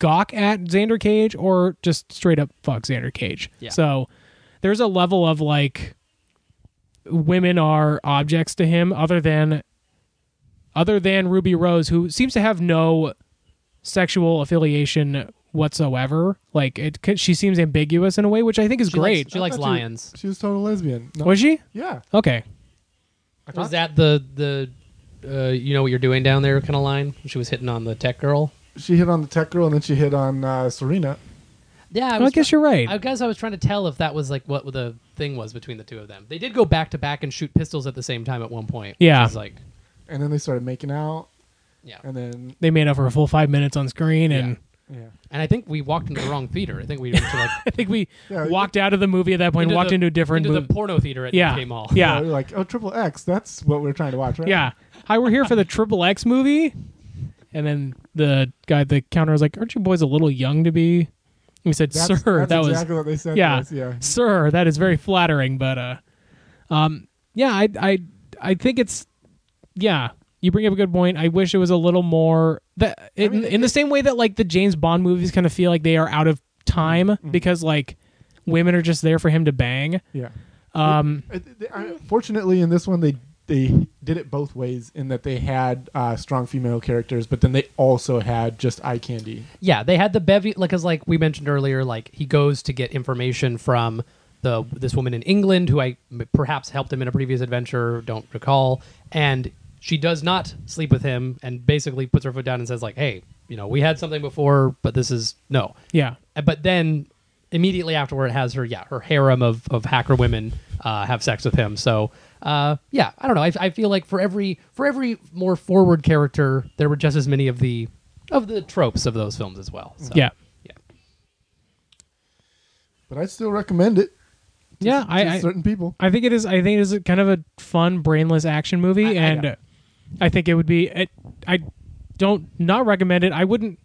Speaker 2: gawk at Xander Cage or just straight up fuck Xander Cage.
Speaker 3: Yeah.
Speaker 2: So there's a level of like women are objects to him other than other than Ruby Rose who seems to have no sexual affiliation whatsoever. Like it could- she seems ambiguous in a way which I think is
Speaker 3: She
Speaker 2: great.
Speaker 3: likes- she likes
Speaker 4: I thought
Speaker 3: lions.
Speaker 4: She was total lesbian. No,
Speaker 2: Was she?
Speaker 4: yeah.
Speaker 2: Okay.
Speaker 3: Was that the the uh, you know what you're doing down there kind of line? She was hitting on the tech girl.
Speaker 4: She hit on the tech girl and then she hit on uh, Serena.
Speaker 3: Yeah, I,
Speaker 2: Well, I guess you're right.
Speaker 3: I guess I was trying to tell if that was like what the thing was between the two of them. They did go back to back and shoot pistols at the same time at one point. which
Speaker 2: Yeah.
Speaker 3: is like
Speaker 4: And then they started making out
Speaker 3: yeah.
Speaker 4: and then
Speaker 2: they made up for a full five minutes on screen and
Speaker 3: Yeah.
Speaker 4: yeah.
Speaker 3: And I think we walked into the wrong theater. I think we went to like
Speaker 2: I think we
Speaker 4: Yeah,
Speaker 2: walked out of the movie at that point,
Speaker 3: into
Speaker 2: walked
Speaker 3: the-
Speaker 2: into a different
Speaker 3: into
Speaker 2: movie.
Speaker 3: the porno theater at
Speaker 2: yeah.
Speaker 3: UK Mall.
Speaker 2: Yeah.
Speaker 4: So you're like, oh, triple X. That's what we're trying to watch, right?
Speaker 2: Yeah. Hi, we're here for the Triple X movie. And then the guy at the counter was like, Aren't you boys a little young to be? And we said,
Speaker 4: That's,
Speaker 2: Sir,
Speaker 4: that's
Speaker 2: that
Speaker 4: exactly
Speaker 2: was
Speaker 4: what they said. to
Speaker 2: yeah,
Speaker 4: us, yeah.
Speaker 2: Sir, that is very flattering, but uh um yeah, I I I think it's yeah. You bring up a good point. I wish it was a little more that in, in the same way that like the James Bond movies kind of feel like they are out of time because like women are just there for him to bang.
Speaker 4: Yeah.
Speaker 2: Um
Speaker 4: Uh, th- th- I- Fortunately, in this one, they they did it both ways in that they had uh, strong female characters, but then they also had just eye candy.
Speaker 3: Yeah, they had the bevy like as like we mentioned earlier, like he goes to get information from the this woman in England who I m- perhaps helped him in a previous adventure, don't recall, and she does not sleep with him and basically puts her foot down and says like, "Hey, you know, we had something before, but this is no."
Speaker 2: yeah.
Speaker 3: Uh, But then immediately afterward has her yeah, her harem of of hacker women uh, have sex with him. So, uh, yeah, I don't know. I, I feel like for every for every more forward character, there were just as many of the of the tropes of those films as well. So,
Speaker 2: Yeah.
Speaker 3: Yeah.
Speaker 4: But I still recommend it
Speaker 2: Yeah,
Speaker 4: to
Speaker 2: I, I
Speaker 4: certain people.
Speaker 2: I think it is. I think it is kind of a fun, brainless action movie,
Speaker 3: I- I
Speaker 2: and
Speaker 3: know.
Speaker 2: I think it would be. It, I don't not recommend it. I wouldn't.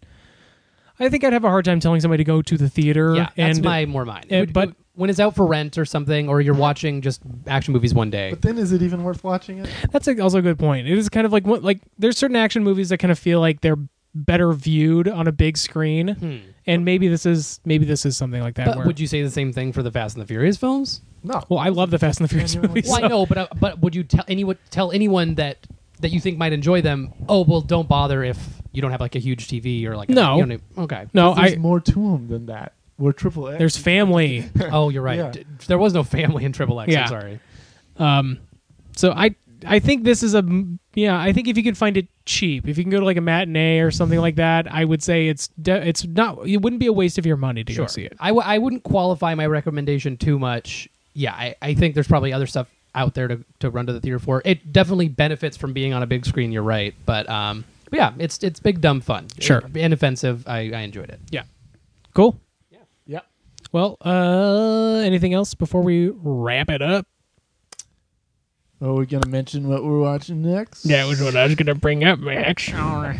Speaker 2: I think I'd have a hard time telling somebody to go to the theater.
Speaker 3: Yeah,
Speaker 2: and
Speaker 3: that's my more mine.
Speaker 2: and- but-
Speaker 3: when it's out for rent or something, or you're watching just action movies one day,
Speaker 4: But then, is it even worth watching it?
Speaker 2: that's a, also a good point. It is kind of like what like there's certain action movies that kind of feel like they're better viewed on a big screen, and maybe this is maybe this is something like that.
Speaker 3: Hmm. but
Speaker 2: where-
Speaker 3: would you say the same thing for the Fast and the Furious films?
Speaker 4: No.
Speaker 2: Well, I love the Fast and the Furious
Speaker 4: Genuinely.
Speaker 2: movies.
Speaker 3: Well,
Speaker 2: so-
Speaker 3: I know, but uh, but would you tell anyone tell anyone that that you think might enjoy them? Oh well, don't bother if you don't have like a huge TV or like
Speaker 2: No.
Speaker 3: A, you don't have- okay.
Speaker 2: No,
Speaker 4: there's
Speaker 2: I
Speaker 4: more to them than that. We're triple X.
Speaker 2: there's family.
Speaker 3: Oh, you're right.
Speaker 4: Yeah.
Speaker 3: D- there was no family in Triple X.
Speaker 2: Yeah.
Speaker 3: am sorry.
Speaker 2: Um, so I I think this is a yeah. I think if you could find it cheap, if you can go to like a matinee or something like that, I would say it's de- it's not. It wouldn't be a waste of your money to go see it.
Speaker 3: I, w- I wouldn't qualify my recommendation too much. Yeah, I, I think there's probably other stuff out there to, to run to the theater for. It definitely benefits from being on a big screen. You're right, but um, but yeah, it's it's big dumb fun.
Speaker 2: Sure.
Speaker 3: It- inoffensive. I, I enjoyed it.
Speaker 2: Yeah, cool.
Speaker 4: yeah.
Speaker 2: Well, uh, anything else before we wrap it up?
Speaker 4: Are we Oh, gonna mention what we're watching next?
Speaker 2: That was what I was gonna bring up, Max. Alright.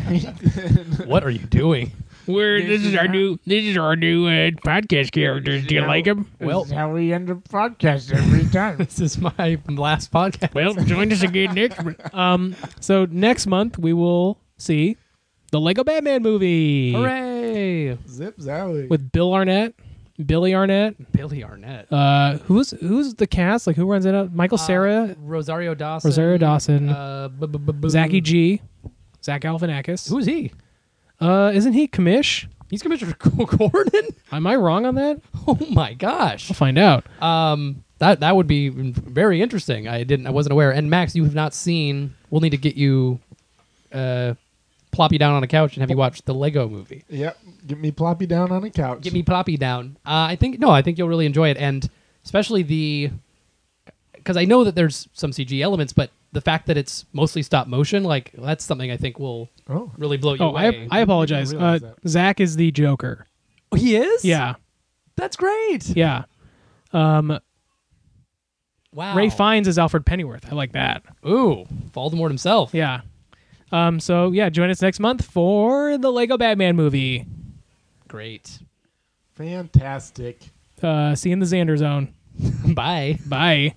Speaker 3: what are you doing?
Speaker 2: We're this is our new this is our new uh, podcast characters. Do you like them?
Speaker 3: Well-
Speaker 4: This is how we end the podcast every time.
Speaker 3: This is my last podcast.
Speaker 2: Well, join us again next. um, so next month we will see the Lego Batman movie
Speaker 3: Hooray!
Speaker 4: Zip zowie.
Speaker 2: with Bill Arnett, Billy Arnett.
Speaker 3: Billy Arnett.
Speaker 2: Uh, who's who's the cast? Like who runs it up? Michael Sarah,
Speaker 3: Uh, Rosario Dawson.
Speaker 2: Rosario Dawson.
Speaker 3: Uh, bu- bu- bu- bu-
Speaker 2: Zachy G, Zach Galifianakis.
Speaker 3: Who's he?
Speaker 2: Uh, isn't he commish?
Speaker 3: He's Commissioner Gordon.
Speaker 2: Am I wrong on that?
Speaker 3: Oh my gosh.
Speaker 2: We'll find out.
Speaker 3: Um, that that would be very interesting. I didn't, I wasn't aware. And Max, you have not seen. We'll need to get you, uh, plop you down on a couch and have you watch the Lego Movie.
Speaker 4: Yep. Get me ploppy down on a couch.
Speaker 3: Get me ploppy down. Uh, I think no, I think you'll really enjoy it, and especially the, because I know that there's some CG elements, but the fact that it's mostly stop motion, like that's something I think will
Speaker 4: Oh.
Speaker 3: really blow you
Speaker 2: Oh, I
Speaker 3: away.
Speaker 2: I apologize.
Speaker 4: I didn't
Speaker 2: Uh,
Speaker 4: realize
Speaker 2: Zach is the Joker.
Speaker 3: Oh, he is.
Speaker 2: Yeah,
Speaker 3: that's great.
Speaker 2: yeah. Um,
Speaker 3: Wow.
Speaker 2: Ray Fiennes is Alfred Pennyworth. I like that.
Speaker 3: Ooh, Voldemort himself.
Speaker 2: Yeah. Um, so yeah, join us next month for the Lego Batman movie.
Speaker 3: Great.
Speaker 4: Fantastic.
Speaker 2: Uh, see you in the Xander Zone.
Speaker 3: Bye.
Speaker 2: Bye.